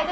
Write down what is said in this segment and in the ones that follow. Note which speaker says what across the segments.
Speaker 1: 人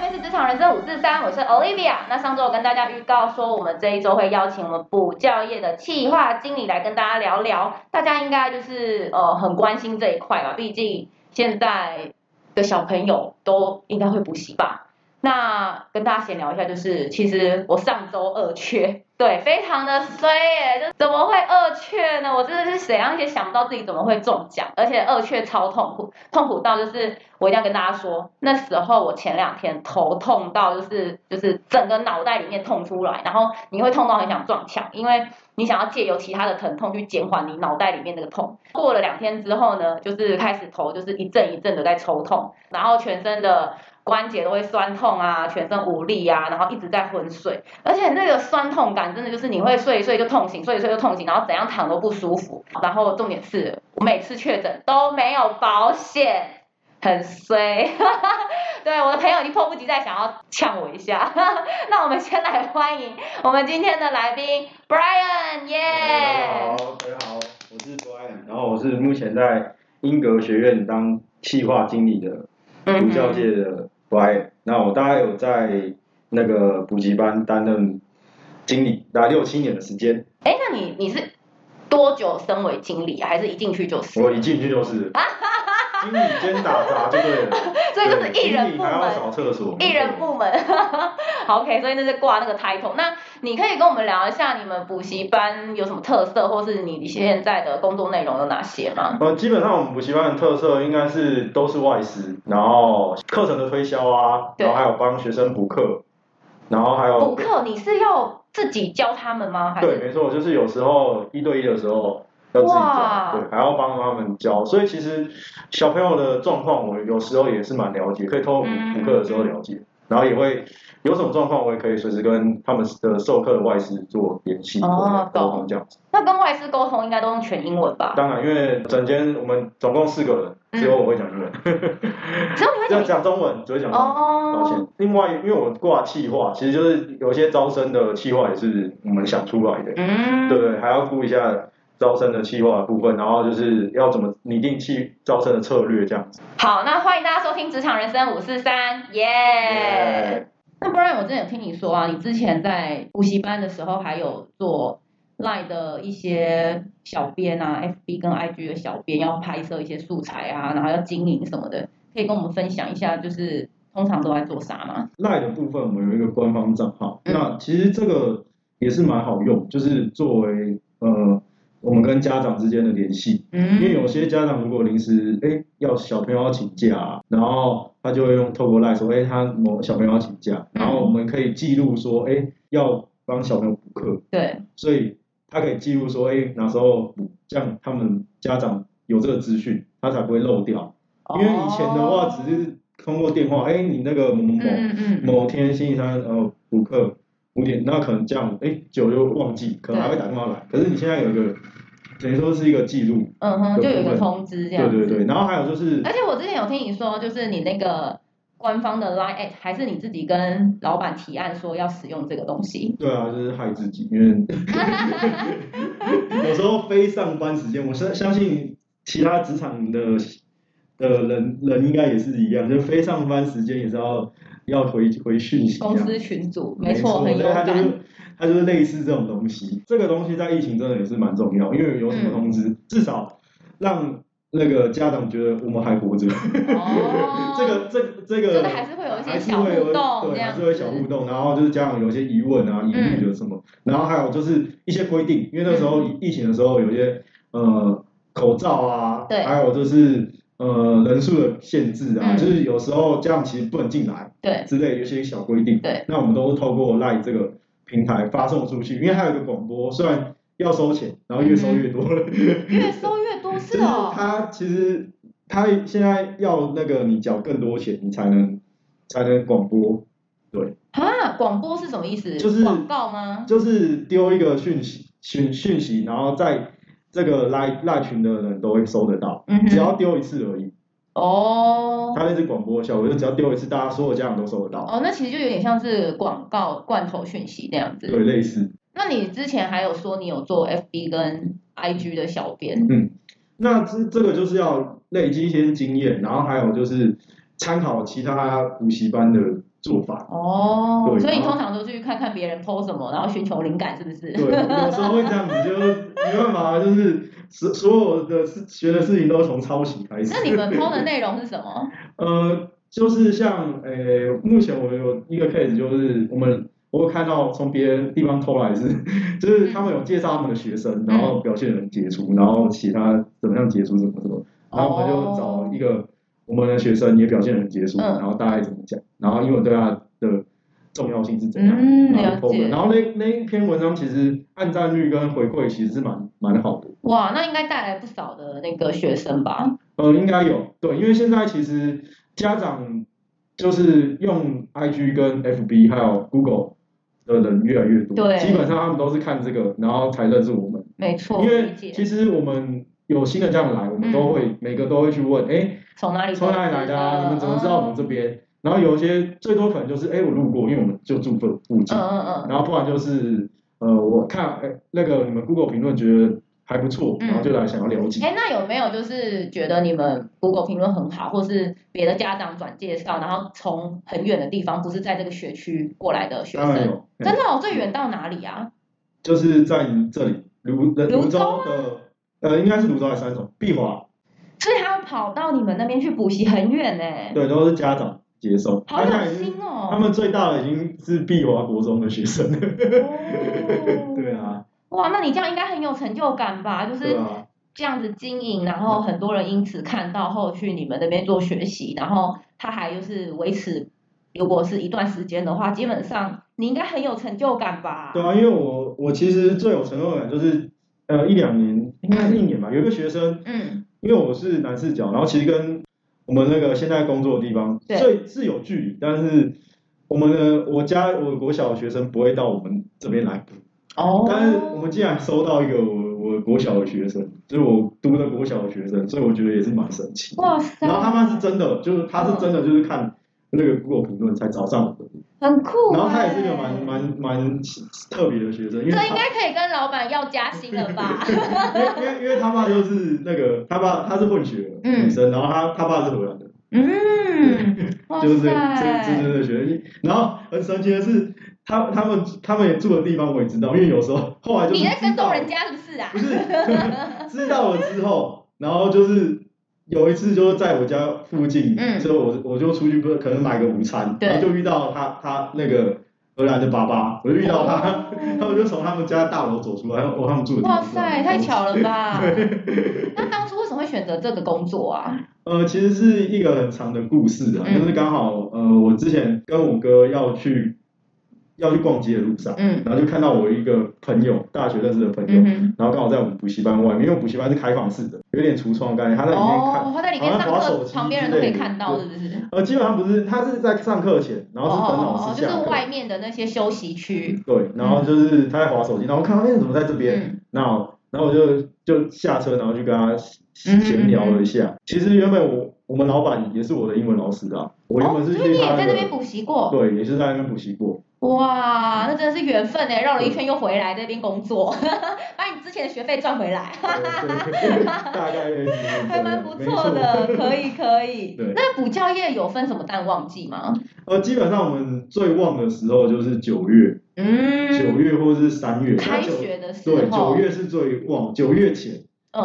Speaker 1: 生五四三，我是 Olivia。那上周我跟大家预告说，我们这一周会邀请我们补教业的企划经理来跟大家聊聊，大家应该就是呃很关心这一块嘛，毕竟现在的小朋友都应该会补习吧。那跟大家闲聊一下，就是其实我上周二缺，对，非常的衰耶、就怎么会二缺呢？我真的是怎样也想不到自己怎么会中奖，而且二缺超痛苦，痛苦到就是我一定要跟大家说，那时候我前两天头痛到就是就是整个脑袋里面痛出来，然后你会痛到很想撞墙，因为你想要借由其他的疼痛去减缓你脑袋里面那个痛。过了两天之后呢，就是开始头就是一阵一阵的在抽痛，然后全身的关节都会酸痛啊，全身无力啊，然后一直在昏睡，而且那个酸痛感真的就是你会睡一睡就痛醒，睡一睡就痛醒，然后怎样躺都不舒服。然后重点是，我每次确诊都没有保险，很衰。 对，我的朋友已经迫不及待想要呛我一下。 那我们先来欢迎 我们今天的来宾 Brian，耶、
Speaker 2: 大家好，大家好，我是 Brian，然后我是目前在英格学院当企划经理的
Speaker 1: 嗯
Speaker 2: 补教
Speaker 1: 哼，
Speaker 2: 界的 Brian。那我大概有在那个补习班担任经理，大概六七年的时间。
Speaker 1: 哎，那你你是多久升为经理啊，还是一进去就是？
Speaker 2: 我一进去 就是，经理兼打杂就对了，
Speaker 1: 所以就是
Speaker 2: 对
Speaker 1: 一人
Speaker 2: 经理
Speaker 1: 部
Speaker 2: 还要
Speaker 1: 门。
Speaker 2: 扫厕所，
Speaker 1: 艺人部门 好，OK，所以那是挂那个 title。那你可以跟我们聊一下你们补习班有什么特色，或是你现在的工作内容有哪些吗？
Speaker 2: 呃，基本上我们补习班的特色应该是都是外师，然后课程的推销啊，
Speaker 1: 对
Speaker 2: 然后还有帮学生补课，然后还有
Speaker 1: 补课你是要自己教他们吗？还
Speaker 2: 哦对，
Speaker 1: 是
Speaker 2: 没错，就是有时候一对一的时候要自己
Speaker 1: 哇
Speaker 2: 教，对，还要帮他们教，所以其实小朋友的状况，我有时候也是蛮了解，可以透过
Speaker 1: 嗯
Speaker 2: 补课的时候了解，然后也会有什么状况，我也可以随时跟他们的授课的外师做联系，
Speaker 1: 哦
Speaker 2: 沟
Speaker 1: 懂
Speaker 2: 通这样子。
Speaker 1: 那跟外师沟通应该都用全英文吧？
Speaker 2: 当然，因为整间我们总共四个
Speaker 1: 嗯
Speaker 2: 人，只有我会讲英文，
Speaker 1: 只有你
Speaker 2: 只有
Speaker 1: 会讲
Speaker 2: 讲中文，只会讲中文。抱
Speaker 1: 哦
Speaker 2: 歉，另外，因为我挂企划，其实就是有些招生的企划也是我们想出来的，
Speaker 1: 嗯，
Speaker 2: 对对，还要顾一下招生的计划的部分，然后就是要怎么拟定去招生的策略这样子。
Speaker 1: 好，那欢迎大家收听《职场人生五四三》，耶！那不然我之前有听你说啊，你之前在补习班的时候还有做 Line 的一些小编啊，FB 跟 IG 的小编要拍摄一些素材啊，然后要经营什么的，可以跟我们分享一下，就是通常都在做啥吗？
Speaker 2: 赖的部分我们有一个官方账号，
Speaker 1: 嗯
Speaker 2: 那其实这个也是蛮好用，就是作为呃我们跟家长之间的联系，因
Speaker 1: 嗯，
Speaker 2: 为有些家长如果临时哎要小朋友要请假、然后他就会用透过赖说哎他某小朋友要请假，
Speaker 1: 嗯
Speaker 2: 然后我们可以记录说哎要帮小朋友补课，
Speaker 1: 对，
Speaker 2: 所以他可以记录说，哎、哪时候补，这样他们家长有这个资讯，他才不会漏掉。因为以前的话，
Speaker 1: 哦
Speaker 2: 只是通过电话，哎、你那个某某某
Speaker 1: 嗯嗯嗯，
Speaker 2: 某天星期三呃补课五点，那可能这样，哎、久就忘记，可能还会打电话来。可是你现在有一个，等于说是一个记录，
Speaker 1: 嗯哼，就有一
Speaker 2: 有
Speaker 1: 个
Speaker 2: 部分
Speaker 1: 通知这
Speaker 2: 对
Speaker 1: 样哎子。
Speaker 2: 对对。然后还有就是
Speaker 1: 而且我之前有听你说，就是你那个官方的 Line App，还是你自己跟老板提案说要使用这个东西？
Speaker 2: 对啊，就是害自己，因为有时候非上班时间，我相相信其他职场的的人人应该也是一样，就是非上班时间也是要要回回讯息这样
Speaker 1: 公司群组，
Speaker 2: 没
Speaker 1: 错，很
Speaker 2: 所
Speaker 1: 有
Speaker 2: 以它就
Speaker 1: 感
Speaker 2: 是。它就是类似这种东西。这个东西在疫情真的也是蛮重要，因为有什
Speaker 1: 嗯
Speaker 2: 么通知，至少让那个家长觉得我们还活着。
Speaker 1: 哦
Speaker 2: 这个这个这
Speaker 1: 就是
Speaker 2: 个
Speaker 1: 还是会有一些
Speaker 2: 还是
Speaker 1: 小
Speaker 2: 会有
Speaker 1: 互动这
Speaker 2: 对，还
Speaker 1: 样
Speaker 2: 是
Speaker 1: 子。嗯
Speaker 2: 会小互动，然后就是家长有一些疑问啊、疑虑的什么，然后还有就是一些规定，因为那时候疫疫情的时候有一些呃口罩啊，
Speaker 1: 对
Speaker 2: 还有就是呃人数的限制啊，
Speaker 1: 嗯
Speaker 2: 就是有时候家长其实不能进来
Speaker 1: 对，
Speaker 2: 之类，有一些小规定，
Speaker 1: 对，
Speaker 2: 那我们都是透过 LINE 这个平台发送出去，因为它有一个广播，虽然要收钱，然后越
Speaker 1: 嗯
Speaker 2: 收越多了，
Speaker 1: 越收越多
Speaker 2: 就是是
Speaker 1: 哦。
Speaker 2: 他其实他现在要那个你缴更多钱，你才能才能广播，
Speaker 1: 啊，广播是什么意思？
Speaker 2: 就是
Speaker 1: 广告吗？
Speaker 2: 就是丢一个讯息讯讯息，然后在这个赖赖群的人都会收得到，
Speaker 1: 嗯
Speaker 2: 只
Speaker 1: 哼。
Speaker 2: 要丢一次而已。
Speaker 1: 哦
Speaker 2: 他那是广播效果，就只要丢一次，大家所有家长都收得到，
Speaker 1: 哦，那其实就有点像是广告罐头讯息那样
Speaker 2: 对，
Speaker 1: 子。
Speaker 2: 类似。
Speaker 1: 那你之前还有说你有做 FB 跟 IG 的小编，
Speaker 2: 嗯那这这个就是要累积一些经验，然后还有就是参考其他补习班的做法。
Speaker 1: 哦，
Speaker 2: 对
Speaker 1: 所以你
Speaker 2: 然后
Speaker 1: 通常都去看看别人 PO 什么，然后寻求灵感，是不 是？
Speaker 2: 对，有时候会这样，你就没办法，就是所所有的事学的事情都从抄袭开始。
Speaker 1: 那你们 PO 的内容是什么？
Speaker 2: 呃，就是像呃，目前我有一个 case，就是我们我有看到从别人地方偷来是， 就是他们有介绍他们的学生，然后表现得很杰出，然后其他怎么样杰出怎么怎么，然后我们就
Speaker 1: 哦
Speaker 2: 找一个我们的学生也表现得很杰出，
Speaker 1: 嗯
Speaker 2: 然后大概怎么讲，然后英文对他的重要性是怎样，
Speaker 1: 嗯
Speaker 2: 然后
Speaker 1: 了
Speaker 2: 就 po 文
Speaker 1: 解
Speaker 2: 然后那那一篇文章其实按赞率跟回馈其实是蛮蛮好的。
Speaker 1: 哇，那应该带来不少的那个学生吧？
Speaker 2: 呃，应该有，对，因为现在其实家长就是用 IG 跟 FB 还有 Google 的人越来越多，
Speaker 1: 对
Speaker 2: 基本上他们都是看这个，然后才认识我们。
Speaker 1: 没错，
Speaker 2: 因为
Speaker 1: 哦理解嗯
Speaker 2: 其实我们有新的家长来，我们都会、每个都会去问，哎，
Speaker 1: 从哪里嗯
Speaker 2: 从哪里来的啊？你们怎么知道我们这边？然后有一些最多可能就是，哎，我路过，因为我们就住附附近
Speaker 1: 嗯，嗯嗯，
Speaker 2: 然后不然就是，呃，我看哎那个你们 Google 评论觉得还不错，
Speaker 1: 嗯
Speaker 2: 然后就来想要了解。
Speaker 1: 哎，那有没有就是觉得你们 Google 评论很好，或是别的家长转介绍，然后从很远的地方，不是在这个学区过来的学
Speaker 2: 当然
Speaker 1: 生？
Speaker 2: 有，哎
Speaker 1: 真的、哦，最远到哪里啊？
Speaker 2: 就是在你这里泸呃
Speaker 1: 泸
Speaker 2: 泸
Speaker 1: 州
Speaker 2: 州的呃，应该是泸州还是三重？碧华
Speaker 1: 所以他要跑到你们那边去补习，很远呢，
Speaker 2: 对，都是家长接收。
Speaker 1: 哎好
Speaker 2: 他
Speaker 1: 有
Speaker 2: 现在已经
Speaker 1: 心哦。
Speaker 2: 他们最大的已经是碧华国中的学生了。
Speaker 1: 哦
Speaker 2: 对啊，
Speaker 1: 哇，那你这样应该很有成就感吧？就
Speaker 2: 对
Speaker 1: 是
Speaker 2: 啊，
Speaker 1: 这样子经营，然后很多人因此看到后续你们那边做学习，然后他还就是维持，如果是一段时间的话，基本上你应该很有成就感吧？
Speaker 2: 对啊，因为我我其实最有成就感就是呃一两年，应该是一年吧，有一个学生，
Speaker 1: 嗯，
Speaker 2: 因为我是南四角，然后其实跟我们那个现在工作的地方，
Speaker 1: 对
Speaker 2: 最是有距离，但是我们的我家我国小的学生不会到我们这边来补。
Speaker 1: 哦，
Speaker 2: 但是我们竟然收到一个我我国小的学生，就是我读的国小的学生，所以我觉得也是蛮神奇。
Speaker 1: 哇塞，
Speaker 2: 然后他妈是真的，就是他是真的，就是看那个 Google 评论才找上我的。
Speaker 1: 很酷欸，
Speaker 2: 然后他也是一个蛮蛮蛮特别的学生，因为
Speaker 1: 这
Speaker 2: 他
Speaker 1: 应该可以跟老板要加薪了 吧？
Speaker 2: 因为因为因为他爸就是那个他爸他是混血儿
Speaker 1: 嗯
Speaker 2: 女生，然后他他爸是荷兰的，
Speaker 1: 嗯，哇
Speaker 2: 就是这个这这
Speaker 1: 塞，
Speaker 2: 这个学生。然后很神奇的是，他他们他们也住的地方我也知道，因为有时候后来就是
Speaker 1: 你在跟
Speaker 2: 知道
Speaker 1: 踪人家是不是啊
Speaker 2: 不？是 知道了之后，然后就是有一次就是在我家附近，
Speaker 1: 嗯
Speaker 2: 所以我我就出去不是可能买个午餐，
Speaker 1: 对
Speaker 2: 然后就遇到他他那个荷兰的爸爸，我就遇到他， 他们就从他们家大楼走出来，哦，他们住的地方
Speaker 1: 哇塞，太！巧了吧！那当初为什么会选择这个工作 啊？
Speaker 2: 呃，其实是一个很长的故事啊，
Speaker 1: 嗯
Speaker 2: 就是刚好呃，我之前跟我哥要去要去逛街的路上，
Speaker 1: 嗯
Speaker 2: 然后就看到我一个朋友，大学认识的朋友，
Speaker 1: 嗯哼，
Speaker 2: 然后刚好在我们补习班外面，因为补习班是开放式的，有点橱窗的概念，他在里面看。
Speaker 1: 哦，他在里面上
Speaker 2: 好像滑手
Speaker 1: 课，
Speaker 2: 机
Speaker 1: 旁边人都可以看到，是不是？
Speaker 2: 呃，基本上不是，他是在上课前，然
Speaker 1: 哦
Speaker 2: 后是等
Speaker 1: 哦
Speaker 2: 老
Speaker 1: 哦，
Speaker 2: 师
Speaker 1: 就
Speaker 2: 下
Speaker 1: 是
Speaker 2: 课。
Speaker 1: 外面的那些休息区。
Speaker 2: 对，然后就是他在划手机，然后我看到哎、怎么在这边？
Speaker 1: 嗯
Speaker 2: 然后然后我就就下车，然后就跟他
Speaker 1: 嗯
Speaker 2: 闲聊了一下。其实原本我我们老板也是我的英文老师啊，我原
Speaker 1: 哦
Speaker 2: 本，是
Speaker 1: 所以你
Speaker 2: 去
Speaker 1: 也
Speaker 2: 他
Speaker 1: 在那
Speaker 2: 的
Speaker 1: 边补习过？
Speaker 2: 对，也是在那边补习 过。
Speaker 1: 哇，那真的是缘分哎，绕了一圈又回来这边工作， 把你之前的学费赚回来，
Speaker 2: 对大概也是这样
Speaker 1: 还蛮不错。的，
Speaker 2: 没错
Speaker 1: 可以可以
Speaker 2: 对。
Speaker 1: 那补教业有分什么淡旺季吗？
Speaker 2: 呃，基本上我们最旺的时候就是九月，九
Speaker 1: 嗯，
Speaker 2: 月或是三月。
Speaker 1: 开
Speaker 2: 那九
Speaker 1: 学的时
Speaker 2: 对，
Speaker 1: 候
Speaker 2: 九，月是最旺，九月前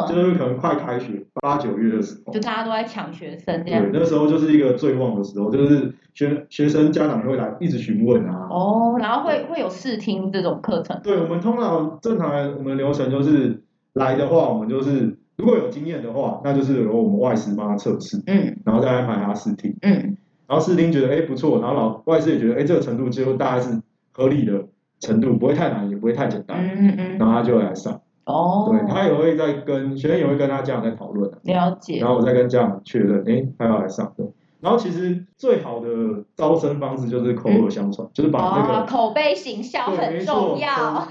Speaker 2: 就
Speaker 1: 嗯，
Speaker 2: 是可能快开学，八九月的时候
Speaker 1: 就。大家都在抢学生这样
Speaker 2: 对。，那时候就是一个最旺的时候，就是学学生家长会来一直询问啊。
Speaker 1: 哦，然后会会有试听这种课程，
Speaker 2: 对，我们通常正常的我们流程就是来的话，我们就是如果有经验的话，那就是由我们外师帮他测试，
Speaker 1: 嗯
Speaker 2: 然后再安排他试听，
Speaker 1: 嗯，
Speaker 2: 然后试听觉得哎不错，然后老外师也觉得哎这个程度就大概是合理的程度，不会太难，也不会太简单，
Speaker 1: 嗯嗯嗯，
Speaker 2: 然后他就来上。
Speaker 1: 哦，
Speaker 2: 对他也会在跟学生也会跟他家长在讨论啊。
Speaker 1: 了解
Speaker 2: 然，后我再跟家长确认，诶，他要来上课。然后其实最好的招生方式就是口耳相传，就是把
Speaker 1: 哦，
Speaker 2: 那个、
Speaker 1: 口碑行销
Speaker 2: 对，
Speaker 1: 哦很
Speaker 2: 没
Speaker 1: 重
Speaker 2: 错，
Speaker 1: 要，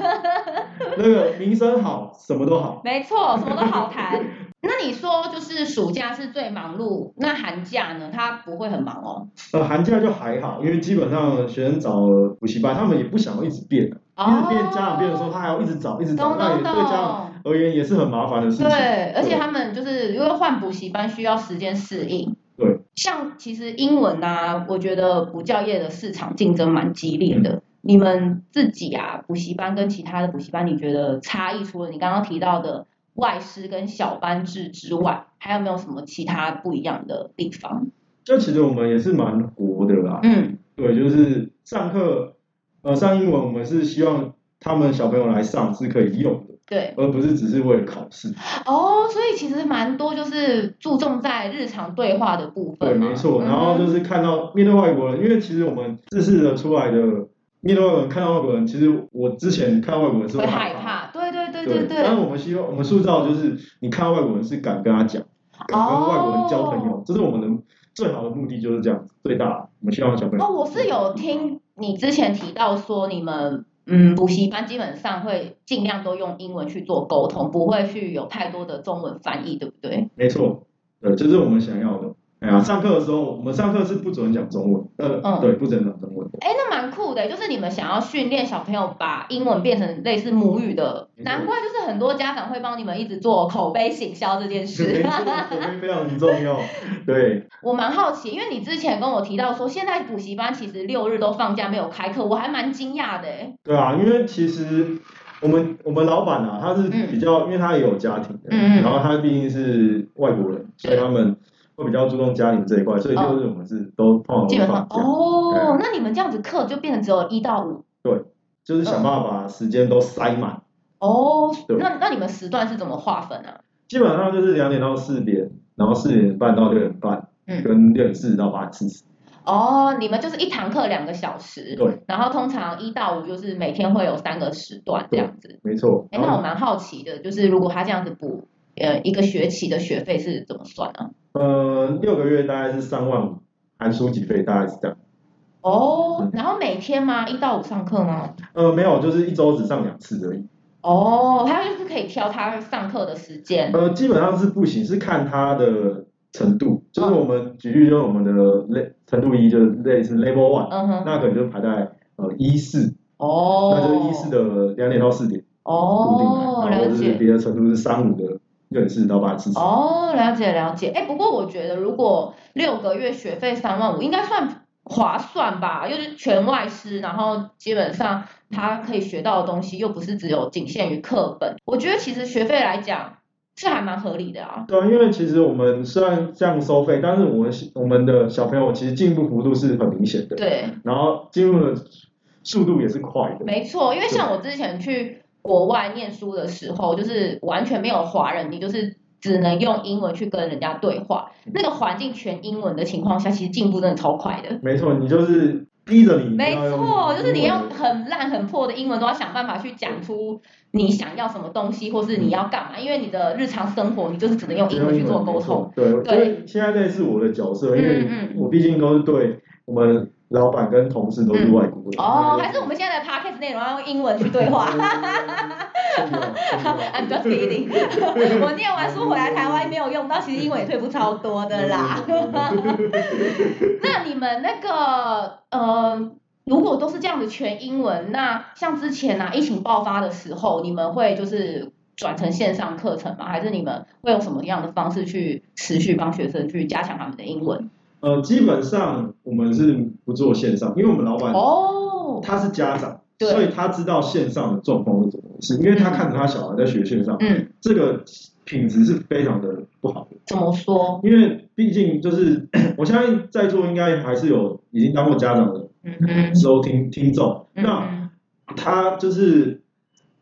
Speaker 2: 那个名声好，什么都好。
Speaker 1: 没错，什么都好谈。 那你说就是暑假是最忙碌，那寒假呢？他不会很忙哦。
Speaker 2: 呃，寒假就还好，因为基本上学生找补习班，他们也不想要一直变啊，一
Speaker 1: 哦
Speaker 2: 直，变家长变的时候，他还要一直找，一直找，
Speaker 1: 懂
Speaker 2: 那也
Speaker 1: 懂
Speaker 2: 对家长
Speaker 1: 懂。
Speaker 2: 而言也是很麻烦的事情。
Speaker 1: 对，而且他们就是因为换补习班需要时间适应。
Speaker 2: 对，
Speaker 1: 像其实英文啊，我觉得补教业的市场竞争蛮激烈的。你们自己啊，补习班跟其他的补习班，你觉得差异除了你刚刚提到的外师跟小班制之外，还有没有什么其他不一样的地方？
Speaker 2: 就其实我们也是蛮活的啦，
Speaker 1: 嗯
Speaker 2: 对，就是上课，呃，上英文我们是希望他们小朋友来上是可以用的，，
Speaker 1: 对。
Speaker 2: 而不是只是为了考试。
Speaker 1: 哦，所以其实蛮多就是注重在日常对话的部
Speaker 2: 对，
Speaker 1: 分嘛。
Speaker 2: 没错。
Speaker 1: 嗯
Speaker 2: 然后就是看到面对外国人，因为其实我们自视的出来的面对外国人，看到外国人，其实我之前看到外国人是
Speaker 1: 会害
Speaker 2: 害。
Speaker 1: 怕，对对对
Speaker 2: 对
Speaker 1: 对。
Speaker 2: 但是我们希望我们塑造就是，你看到外国人是敢跟他讲，敢跟外国人交朋
Speaker 1: 哦
Speaker 2: 友，这是我们的最好的目的，就是这样子，最大。我们希望小朋友
Speaker 1: 哦，我是有听你之前提到说，你们嗯补习班基本上会尽量都用英文去做沟通，不会去有太多的中文翻译，对不对？
Speaker 2: 没错，对，这是我们想要的。哎呀，上课的时候，我们上课是不准讲中文，呃，
Speaker 1: 嗯
Speaker 2: 对，不准讲中文。
Speaker 1: 哎，那蛮酷的，就是你们想要训练小朋友把英文变成类似母语的，
Speaker 2: 没错
Speaker 1: 难怪就是很多家长会帮你们一直做口碑行销这件
Speaker 2: 没
Speaker 1: 事。
Speaker 2: 错，口碑非常重要。对，
Speaker 1: 我蛮好奇，因为你之前跟我提到说，现在补习班其实六日都放假没有开课，我还蛮惊讶的哎。
Speaker 2: 对啊，因为其实我们我们老板啊，他是比较，因为他也有家庭的，
Speaker 1: 嗯嗯嗯
Speaker 2: 然后他毕竟是外国人，所以他们会比较注重家庭这一块，所以六日我们是都通常
Speaker 1: 哦基
Speaker 2: 都
Speaker 1: 本上
Speaker 2: 放假，
Speaker 1: 哦，那你们这样子课就变成只有一到五
Speaker 2: 就是想办法把时间都塞满。
Speaker 1: 哦，
Speaker 2: 对
Speaker 1: 那那你们时段是怎么划分啊？
Speaker 2: 基本上就是两点到四点，然后四点半到六点半，
Speaker 1: 嗯
Speaker 2: 跟六点四十到八点四十，
Speaker 1: 哦，你们就是一堂课两个小时，
Speaker 2: 对，
Speaker 1: 然后通常一到五就是每天会有三个时段这样子。
Speaker 2: 没错。
Speaker 1: 哎，
Speaker 2: 然
Speaker 1: 那
Speaker 2: 后
Speaker 1: 我蛮好奇的，就是如果他这样子补，呃，一个学期的学费是怎么算啊？
Speaker 2: 呃，六个月大概是三万五，含书籍费大概是这样。
Speaker 1: 哦
Speaker 2: 嗯，
Speaker 1: 然后每天吗？一到五上课吗？
Speaker 2: 呃，没有，就是一周只上两次而已。
Speaker 1: 哦，还有就是可以挑他上课的时间。
Speaker 2: 呃，基本上是不行，是看它的程度。就是我们举例，就是我们的类程度一，就是类似 Level One，、
Speaker 1: 嗯哼，
Speaker 2: 那可能就排在呃一四、
Speaker 1: 哦，
Speaker 2: 那就是一四的两点到四点固定的，
Speaker 1: 哦，
Speaker 2: 然后
Speaker 1: 了
Speaker 2: 就
Speaker 1: 解
Speaker 2: 是。别的程度是三五的六点四到八点四十。
Speaker 1: 哦，了解了解。哎，不过我觉得如果六个月学费三万五，应该算划算吧？又是全外师，然后基本上他可以学到的东西又不是只有仅限于课本。我觉得其实学费来讲是还蛮合理的啊。
Speaker 2: 对啊，因为其实我们虽然这样收费，但是我们我们的小朋友其实进步幅度是很明显的，
Speaker 1: 对，
Speaker 2: 然后进入的速度也是快的。
Speaker 1: 没错，因为像我之前去国外念书的时候，就是完全没有华人，你就是。只能用英文去跟人家对话，那个环境全英文的情况下，其实进步真的超快的。
Speaker 2: 没错，你就是逼着你，
Speaker 1: 没错，就是你
Speaker 2: 要
Speaker 1: 要
Speaker 2: 用英文
Speaker 1: 很烂很破的英文都要想办法去讲出你想要什么东西，或是你要干嘛，因为你的日常生活你就是只能用英文去做沟通。。
Speaker 2: 对，
Speaker 1: 对
Speaker 2: 我觉得现在类似我的角色，
Speaker 1: 嗯
Speaker 2: 因为
Speaker 1: 嗯
Speaker 2: 我毕竟都是对我们老板跟同事都是外国人。
Speaker 1: 哦，还是 我们现在的 podcast 内容要用英文去对话。I'm just kidding 。 我念完书回来台湾没有用到，其实英文也退步超多的啦。 那你们那个呃，如果都是这样子全英文，那像之前啊疫情爆发的时候，你们会就是转成线上课程吗？还是你们会用什么样的方式去持续帮学生去加强他们的英文？
Speaker 2: 呃，基本上我们是不做线上，因为我们老板
Speaker 1: 哦，
Speaker 2: 他是家长，
Speaker 1: 对
Speaker 2: 所以他知道线上的状况是怎么回事，因为他看着他小孩在学线上，
Speaker 1: 嗯，
Speaker 2: 这个品质是非常的不好的。
Speaker 1: 怎么说？
Speaker 2: 因为毕竟就是 我相信在座应该还是有已经当过家长的
Speaker 1: 嗯哼，
Speaker 2: 收听听众，
Speaker 1: 嗯
Speaker 2: 那。
Speaker 1: 哼，
Speaker 2: 他就是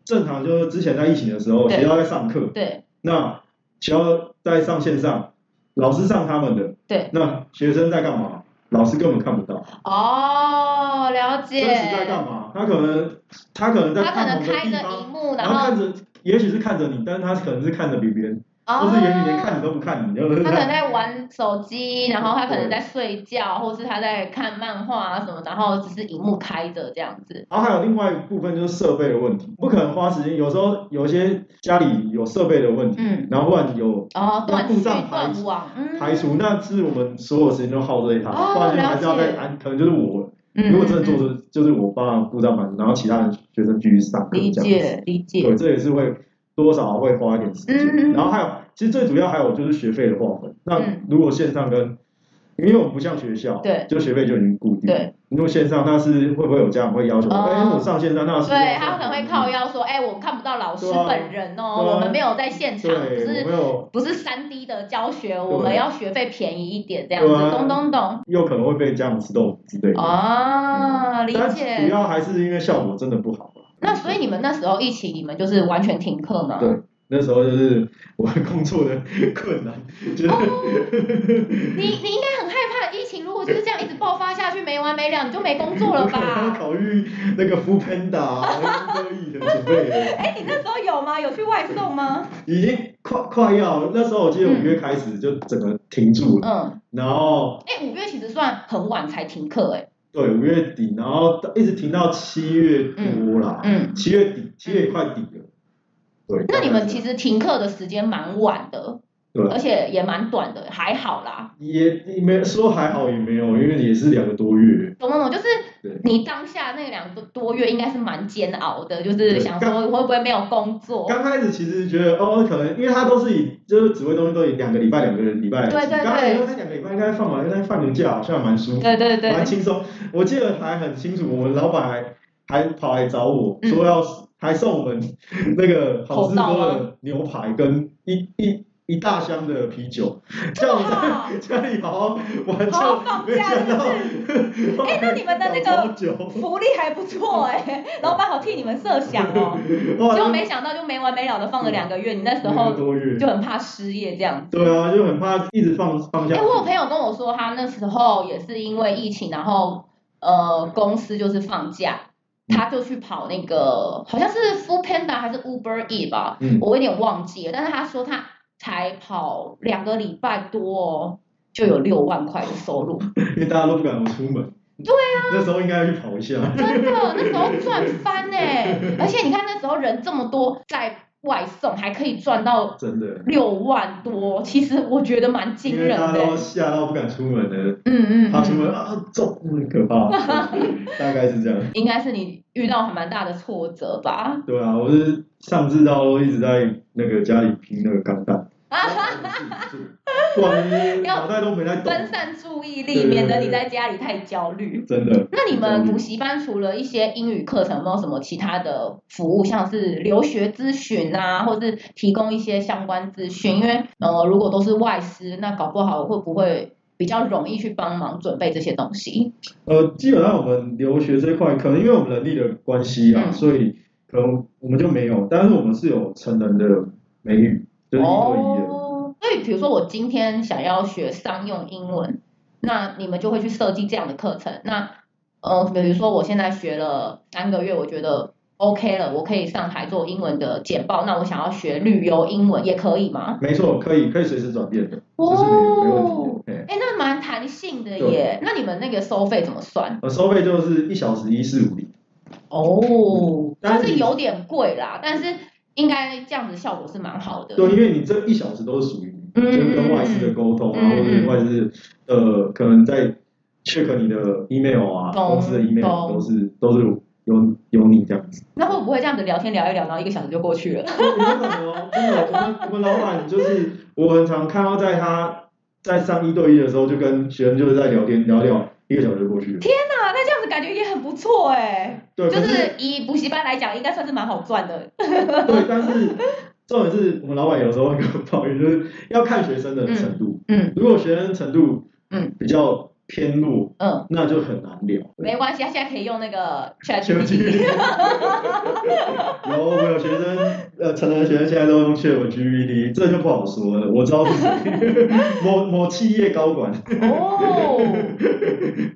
Speaker 2: 正常，就是之前在疫情的时候，
Speaker 1: 对
Speaker 2: 学校在上课，
Speaker 1: 对
Speaker 2: 那学校在上线上，老师上他们的，
Speaker 1: 对，
Speaker 2: 那学生在干嘛？老师根本看不到，
Speaker 1: 哦，了
Speaker 2: 真
Speaker 1: 解。
Speaker 2: 实在干嘛？他可能他可能在
Speaker 1: 他可能
Speaker 2: 看某个
Speaker 1: 开
Speaker 2: 地
Speaker 1: 着
Speaker 2: 方，
Speaker 1: 荧幕，
Speaker 2: 然
Speaker 1: 然后
Speaker 2: 看着，也许是看着你，但是他可能是看着别人，
Speaker 1: 哦
Speaker 2: 或是也许连看你都不看你，就是
Speaker 1: 他可能
Speaker 2: 他
Speaker 1: 在玩手机，然后他可能在睡觉，或是他在看漫画啊什么，然后只是荧幕开着这样子。
Speaker 2: 然后还有另外一部分就是设备的问题，不可能花时间。有时候有些家里有设备的问题，
Speaker 1: 嗯，
Speaker 2: 然后不然有
Speaker 1: 哦，断
Speaker 2: 那
Speaker 1: 讯
Speaker 2: 故障排
Speaker 1: 断网，嗯，
Speaker 2: 排除，那是我们所有时间都耗在它，
Speaker 1: 哦
Speaker 2: 不然就还是要
Speaker 1: 了
Speaker 2: 再
Speaker 1: 解
Speaker 2: 安，可能就是我，
Speaker 1: 嗯，
Speaker 2: 如果真的做出，就是我帮故障班，然后其他人学生继续上课
Speaker 1: 嗯理
Speaker 2: 这样子，
Speaker 1: 解理解，
Speaker 2: 对，这也是会多少会花一点时
Speaker 1: 嗯嗯嗯
Speaker 2: 间，然后还有，其实最主要还有就是学费的划分，那
Speaker 1: 嗯
Speaker 2: 如果线上跟因因为我们不像学校，
Speaker 1: 对
Speaker 2: 就学费就已经固定。
Speaker 1: 对，
Speaker 2: 如果线上，那是会不会有家长会要求？
Speaker 1: 哦
Speaker 2: 哎、我上线上那是不是
Speaker 1: 对
Speaker 2: 要
Speaker 1: 他可能会靠腰说，哎、我看不到老师
Speaker 2: 嗯对啊
Speaker 1: 本人哦，
Speaker 2: 对啊
Speaker 1: 我们没有在现场，不
Speaker 2: 对，我
Speaker 1: 是
Speaker 2: 没有，
Speaker 1: 不是三 D 的教学，我们要学费便宜一点这样
Speaker 2: 对
Speaker 1: 子，
Speaker 2: 啊
Speaker 1: 懂懂懂。
Speaker 2: 又可能会被家长吃豆腐之类的。
Speaker 1: 哦，理
Speaker 2: 嗯但主
Speaker 1: 解。
Speaker 2: 要还是因为效果真的不好。啊
Speaker 1: 那所以你们那时候一起，你们就是完全停课吗？
Speaker 2: 对那时候就是我工作的困难，就是、
Speaker 1: 哦你你应该很害怕疫情，如果就是这样一直爆发下去没完没了，你就没工作
Speaker 2: 我
Speaker 1: 了
Speaker 2: 可能要
Speaker 1: 吧？
Speaker 2: 考虑那个 f o o Panda 啊、各亿的准备了，
Speaker 1: 哎、你那时候有吗？有去外送吗？
Speaker 2: 已经快快要那时候，我记得五月开始就整个停住了，
Speaker 1: 嗯，
Speaker 2: 然后
Speaker 1: 哎、五月其实算很晚才停课、哎
Speaker 2: 对五月底，然后到一直停到七月多啦
Speaker 1: 哎，，嗯。
Speaker 2: 七月底七月也快底了。对，
Speaker 1: 那你们
Speaker 2: 大概是
Speaker 1: 其实停课的时间蛮晚的，
Speaker 2: 对
Speaker 1: 而且也蛮短的，还好啦。
Speaker 2: 也也没说还好也没有，因为也是两个多月。
Speaker 1: 懂懂懂，就是
Speaker 2: 对
Speaker 1: 你当下那两个多月应该是蛮煎熬的，就是
Speaker 2: 对
Speaker 1: 想说我会不会没有工作？
Speaker 2: 刚开始其实觉得哦，可能因为他都是以就是指挥中心都以两个礼拜两个礼拜来计，
Speaker 1: 对对对
Speaker 2: 刚开始说那两个礼拜应该放完，应该放个假好像蛮舒服，
Speaker 1: 对对对，
Speaker 2: 蛮轻松。我记得还很清楚，我们老板还还跑来找我
Speaker 1: 嗯
Speaker 2: 说要还送我们那个好
Speaker 1: 口
Speaker 2: 吃
Speaker 1: 罩
Speaker 2: 多
Speaker 1: 吗
Speaker 2: 的牛排跟一一一大箱的啤酒，
Speaker 1: 这
Speaker 2: 叫
Speaker 1: 么
Speaker 2: 我 在
Speaker 1: 好。
Speaker 2: 家里好好玩，
Speaker 1: 好好
Speaker 2: 就
Speaker 1: 放
Speaker 2: 没
Speaker 1: 假
Speaker 2: 想到
Speaker 1: 哎那你们的那个
Speaker 2: 搞多久
Speaker 1: 福利还不错哎、老板好替你们设想哦，
Speaker 2: 哇
Speaker 1: 结果没想到就没完没了的放了两个月，你那时
Speaker 2: 一个
Speaker 1: 候
Speaker 2: 多月
Speaker 1: 就很怕失业这样子。
Speaker 2: 对啊，就很怕一直放放下
Speaker 1: 哎、
Speaker 2: 去。
Speaker 1: 我有朋友跟我说，他那时候也是因为疫情，然后呃公司就是放假，他就去跑那个好像是 Food Panda 还是 Uber E 吧，
Speaker 2: 嗯
Speaker 1: 我有点忘记了。但是他说他才跑两个礼拜多、哦，就有六万块的收入，
Speaker 2: 因为大家都不敢出门。对啊，那时候应该要去跑一下。
Speaker 1: 真的那时候赚翻哎、 而且你看那时候人这么多，在外送还可以赚到
Speaker 2: 真的，
Speaker 1: 六万多，其实我觉得蛮惊
Speaker 2: 因为
Speaker 1: 人
Speaker 2: 大家
Speaker 1: 的、
Speaker 2: 都吓到不敢出门了，
Speaker 1: 嗯嗯
Speaker 2: 怕出
Speaker 1: 嗯，
Speaker 2: 门啊，走，很可怕。大概是这样。
Speaker 1: 应该是你遇到还蛮大的挫折吧。
Speaker 2: 对啊，我是上至到一直在那个家里拼那个钢弹，不然脑袋都没在动。
Speaker 1: 分散注意力，
Speaker 2: 对对对
Speaker 1: 免得你在家里太焦虑。
Speaker 2: 真的，
Speaker 1: 那你们补习班除了一些英语课程，有没有什么其他的服务，像是留学咨询啊，或是提供一些相关资讯？因为呃，如果都是外师，那搞不好会不会比较容易去帮忙准备这些东西？
Speaker 2: 呃，基本上我们留学这一块，可能因为我们能力的关系啊，
Speaker 1: 嗯
Speaker 2: 所以可能我们就没有，但是我们是有成人的美语，就是一对一的。
Speaker 1: 哦，所以比如说我今天想要学商用英文，那你们就会去设计这样的课程。那呃，比如说我现在学了三个月，我觉得 OK 了，我可以上台做英文的简报。那我想要学旅游英文也可以吗？
Speaker 2: 没错，可以可以随时转变的，这是没没问题
Speaker 1: 哦，
Speaker 2: 的。哎，
Speaker 1: 哎，那蛮弹性的
Speaker 2: 对
Speaker 1: 耶。那你们那个收费怎么算？
Speaker 2: 呃，收费就是一小时一四五零，
Speaker 1: 哦，
Speaker 2: 但
Speaker 1: 就是是有点贵啦，但是应该这样子效果是蛮好的。
Speaker 2: 对，因为你这一小时都是属于你，
Speaker 1: 嗯
Speaker 2: 就是跟外事的沟通啊，
Speaker 1: 嗯
Speaker 2: 或者是外事呃，可能在 check 你的 email 啊，
Speaker 1: 懂
Speaker 2: 公司的 email
Speaker 1: 懂
Speaker 2: 都是都是有有你这样子。
Speaker 1: 那会不会这样子聊天聊一聊，然后一个小时就过去了？
Speaker 2: 我没有什么，真的，我们我们老板就是我很常看到在他在上一对一的时候，就跟学生就是在聊天聊聊，一个小时就过去了。
Speaker 1: 啊，那这样子感觉也很不错哎、
Speaker 2: 对，
Speaker 1: 就
Speaker 2: 可是
Speaker 1: 是以补习班来讲，应该算是蛮好赚的。
Speaker 2: 对，但是重点是我们老板有时候会跟我抱怨，就是要看学生的程度。
Speaker 1: 嗯
Speaker 2: 如果学生程度
Speaker 1: 嗯
Speaker 2: 比较偏弱，
Speaker 1: 嗯，
Speaker 2: 那就很难聊。
Speaker 1: 没关系，他啊现在可以用那个 ChatGPT。
Speaker 2: ChatGPT 有我有学生，呃，成人的学生现在都用 ChatGPT，这就不好说了。我知道是谁，某某企业高管。
Speaker 1: 哦，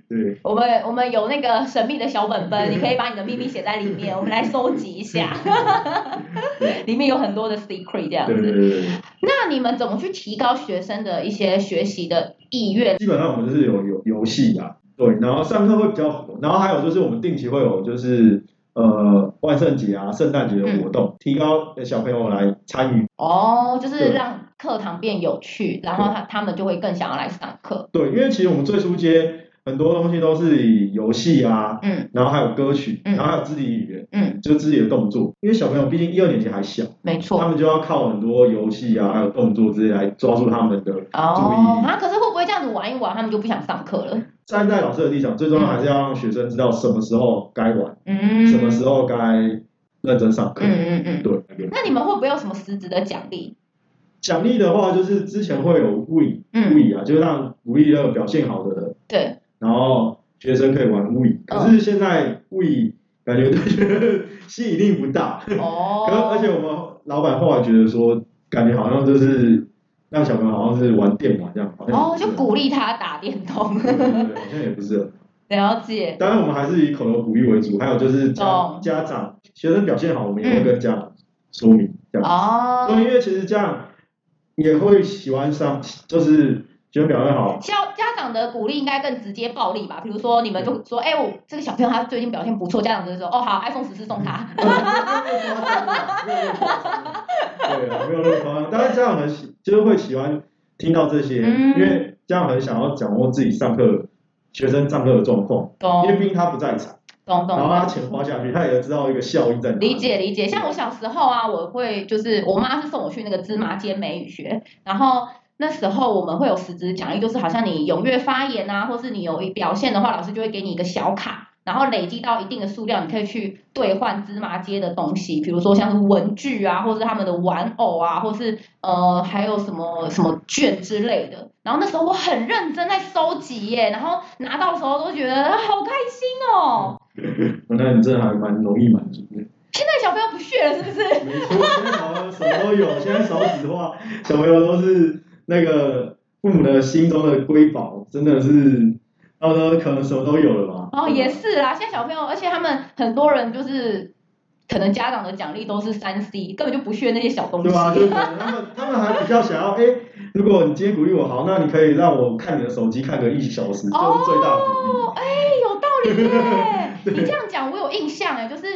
Speaker 2: 对，
Speaker 1: 我们我们有那个神秘的小本本，你可以把你的秘密写在里面，我们来收集一下。 里面有很多的 secret 这样
Speaker 2: 对
Speaker 1: 子。
Speaker 2: 对对对。
Speaker 1: 那你们怎么去提高学生的一些学习的意愿？
Speaker 2: 基本上我们就是有有游戏啊，对，然后上课会比较活，然后还有就是我们定期会有就是呃万圣节啊、圣诞节的活
Speaker 1: 嗯
Speaker 2: 动，提高呃小朋友来参与。
Speaker 1: 哦，就是
Speaker 2: 对
Speaker 1: 让课堂变有趣，然后他他们就会更想要来上课。
Speaker 2: 对，因为其实我们最初阶很多东西都是以游戏啊，
Speaker 1: 嗯
Speaker 2: 然后还有歌曲，
Speaker 1: 嗯
Speaker 2: 然后还有肢体语言，
Speaker 1: 嗯，
Speaker 2: 就肢体的动作，因为小朋友毕竟一二年级还小，
Speaker 1: 没错
Speaker 2: 他。们就要靠很多游戏啊，还有动作之类来抓住他们的。
Speaker 1: 哦，啊，可是会不会这样子玩一玩，他们就不想上课了。
Speaker 2: 站在老师的立场，最重要还是要让学生知道什么时候该玩，
Speaker 1: 嗯，
Speaker 2: 什么时候该认真上课。
Speaker 1: 嗯嗯嗯。
Speaker 2: 对，
Speaker 1: 那你们会不会有什么实质的奖励？
Speaker 2: 奖励的话，就是之前会有 we
Speaker 1: 嗯，
Speaker 2: we 啊，就是让鼓励那个表现好的人，
Speaker 1: 对，
Speaker 2: 然后学生可以玩 we。可
Speaker 1: 哦
Speaker 2: 是现在 we 感觉对学生吸引力不大，
Speaker 1: 哦
Speaker 2: 可，而且我们老板后来觉得说，感觉好像就是让小朋友好像是玩电玩这样，好像
Speaker 1: 哦，
Speaker 2: 也
Speaker 1: 就
Speaker 2: 不是
Speaker 1: 鼓励他打电 动，
Speaker 2: 对对对，好像也不是很
Speaker 1: 了解，
Speaker 2: 当然，我们还是以口头鼓励为主，还有就是家、
Speaker 1: 懂嗯
Speaker 2: 家长学生表现好，我们也会跟家长说明、这样。
Speaker 1: 哦，
Speaker 2: 对，因为其实家长也会喜欢上，就是学生表现 好，
Speaker 1: 家家长的鼓励应该更直接暴力吧？比如说你们就说，哎、我这个小朋友他最近表现不错，家长就说，哦，好，iPhone 十四送他，
Speaker 2: 没有那么夸张啊没有那么夸张对啊，没有那么夸张。当然，家长很喜，就是会喜欢听到这些，
Speaker 1: 嗯
Speaker 2: 因为家长很想要掌握自己上课学生上课的状况，因为
Speaker 1: 懂
Speaker 2: 毕竟他不在场，
Speaker 1: 懂
Speaker 2: 然后
Speaker 1: 懂。
Speaker 2: 他钱花下去，他也知道一个效益在哪里。
Speaker 1: 哦理解理解，像我小时候啊，我会就是我妈是送我去那个芝麻街美语学，然后那时候我们会有实质奖励，就是好像你踊跃发言啊，或是你有表现的话，老师就会给你一个小卡，然后累积到一定的数量，你可以去兑换芝麻街的东西，比如说像是文具啊，或是他们的玩偶啊，或是呃还有什么什么卷之类的。然后那时候我很认真在收集耶，然后拿到的时候都觉得啊好开心哦。
Speaker 2: 那你真的还蛮容易满足的。
Speaker 1: 现在小朋友不屑了是不是？
Speaker 2: 没错，现在小朋友什么都有，现在少子化，小朋友都是那个父母的心中的瑰宝，真的是，到时候可能什么都有了吧。
Speaker 1: 哦，也是啦，现在小朋友，而且他们很多人就是，可能家长的奖励都是三 C，根本就不屑那些小东西。
Speaker 2: 对吧？就可能他们他们还比较想要，哎，如果你今天鼓励我，好，那你可以让我看你的手机看个一小时，这是最大的鼓
Speaker 1: 哦，哎、有道理耶！ 你这样讲我有印象哎，就是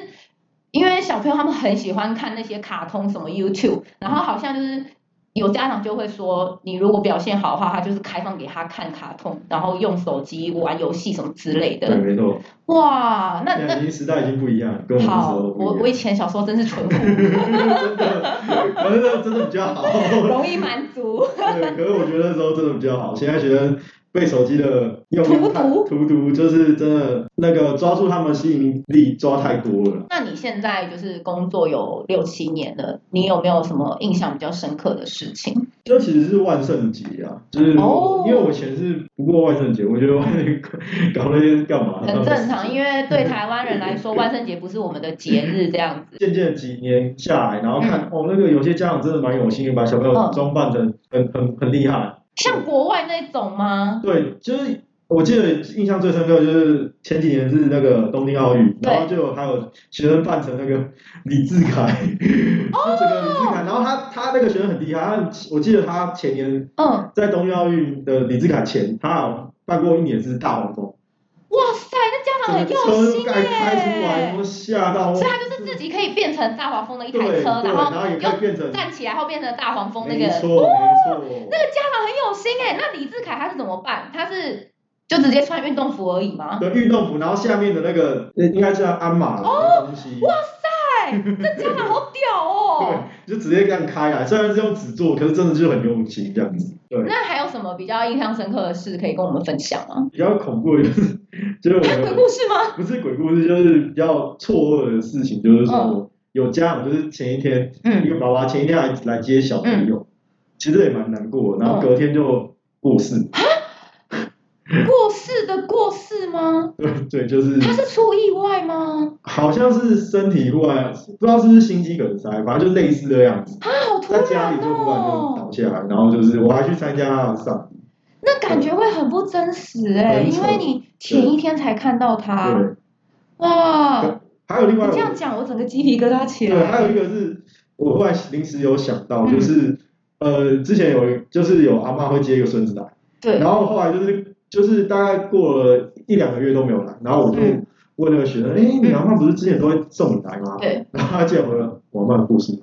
Speaker 1: 因为小朋友他们很喜欢看那些卡通，什么 YouTube，然后好像就是有家长就会说，你如果表现好的话，他就是开放给他看卡通，然后用手机玩游戏什么之类
Speaker 2: 励。对，
Speaker 1: 的。
Speaker 2: 没错，
Speaker 1: 哇，那
Speaker 2: 现在
Speaker 1: 那
Speaker 2: 已经时代已经不一样，跟我们那时
Speaker 1: 好，
Speaker 2: 候
Speaker 1: 我
Speaker 2: 不
Speaker 1: 我
Speaker 2: 一
Speaker 1: 以
Speaker 2: 样，
Speaker 1: 前小时候真是淳朴，
Speaker 2: 真的，我觉得真的比较好。
Speaker 1: 容易满足。
Speaker 2: 对，可是我觉得那时候真的比较好。现在学生被手机的用
Speaker 1: 荼毒
Speaker 2: 荼毒，就是真的那个抓住他们吸引力抓太多了。
Speaker 1: 那你现在就是工作有六七年了，你有没有什么印象比较深刻的事情？
Speaker 2: 这其实是万圣节啊，就是
Speaker 1: 哦
Speaker 2: 我因为我以前是不过万圣节，我觉得万圣节搞那些干嘛？
Speaker 1: 很正常，因为
Speaker 2: 嗯
Speaker 1: 对台湾人来说，万圣节不是我们的节日这样子。
Speaker 2: 渐渐几年下来，然后看、哦，那个有些家长真的蛮有心的，把小朋友
Speaker 1: 嗯
Speaker 2: 装扮的很很很厉害。
Speaker 1: 像国外那种吗？
Speaker 2: 对，就是我记得印象最深刻就是前几年是那个东京奥运，
Speaker 1: 对
Speaker 2: 然后就有还有学生扮成那个李志凯，
Speaker 1: 哦
Speaker 2: 就整个李志凯，然后他他那个学生很厉害，他我记得他前年
Speaker 1: 嗯，
Speaker 2: 在东京奥运的李志凯前，他好像办过一年是大黄蜂，
Speaker 1: 哇塞，那家长
Speaker 2: 整
Speaker 1: 很
Speaker 2: 个
Speaker 1: 用
Speaker 2: 车
Speaker 1: 心
Speaker 2: 盖开出来，
Speaker 1: 耶！
Speaker 2: 我吓到，
Speaker 1: 所以他就是自己可以变成大黄蜂的一
Speaker 2: 对
Speaker 1: 台
Speaker 2: 对，
Speaker 1: 车，然后
Speaker 2: 后也可以
Speaker 1: 又
Speaker 2: 变成，
Speaker 1: 站起来后变成大黄蜂那个
Speaker 2: 没
Speaker 1: 人。
Speaker 2: 错没
Speaker 1: 那
Speaker 2: 错，
Speaker 1: 个家长很有心哎。那李志凯他是怎么办？他是就直接穿运动服而已吗？
Speaker 2: 的运动服，然后下面的那个呃应该叫鞍马的东西。
Speaker 1: 哎，这家长好屌哦！
Speaker 2: 对，就直接这样开啊来，虽然是用纸做，可是真的就很用心这样子。对，
Speaker 1: 那还有什么比较印象深刻的事可以跟我们分享吗？
Speaker 2: 比较恐怖的就是， 就是我
Speaker 1: 鬼
Speaker 2: 们
Speaker 1: 故事吗？
Speaker 2: 不是鬼故事，就是比较错愕的事情，就是说有家长就是前一天一
Speaker 1: 嗯，
Speaker 2: 个爸爸前一天来来接小朋友，其实也蛮难过的，然
Speaker 1: 嗯
Speaker 2: 后隔天就过世。
Speaker 1: 过世的过世吗？
Speaker 2: 对对，就是
Speaker 1: 他是出意外吗？
Speaker 2: 好像是身体忽然不知道是不是心肌梗塞，反正就类似的样子，
Speaker 1: 啊，好突
Speaker 2: 在家
Speaker 1: 然
Speaker 2: 里就忽然就
Speaker 1: 哦！
Speaker 2: 倒下来，然后就是我还去参加他的丧礼，
Speaker 1: 那感觉会很不真实哎、
Speaker 2: 很
Speaker 1: 因
Speaker 2: 扯
Speaker 1: 为你前一天才看到他，
Speaker 2: 对，
Speaker 1: 哇！
Speaker 2: 还有另
Speaker 1: 你
Speaker 2: 外
Speaker 1: 这
Speaker 2: 我
Speaker 1: 样讲，我整个鸡皮疙瘩起
Speaker 2: 对，还
Speaker 1: 来。
Speaker 2: 有一个是我后来临时有想到，
Speaker 1: 嗯
Speaker 2: 就是、呃，之前有就是有阿妈会接一个孙子来，
Speaker 1: 对，
Speaker 2: 然后后来就是就是大概过了一两个月都没有来，然后我就
Speaker 1: 嗯
Speaker 2: 问那个学生，哎、你阿妈不是之前都会送你来吗？
Speaker 1: 对，
Speaker 2: 然后他竟然回了我阿妈的故事，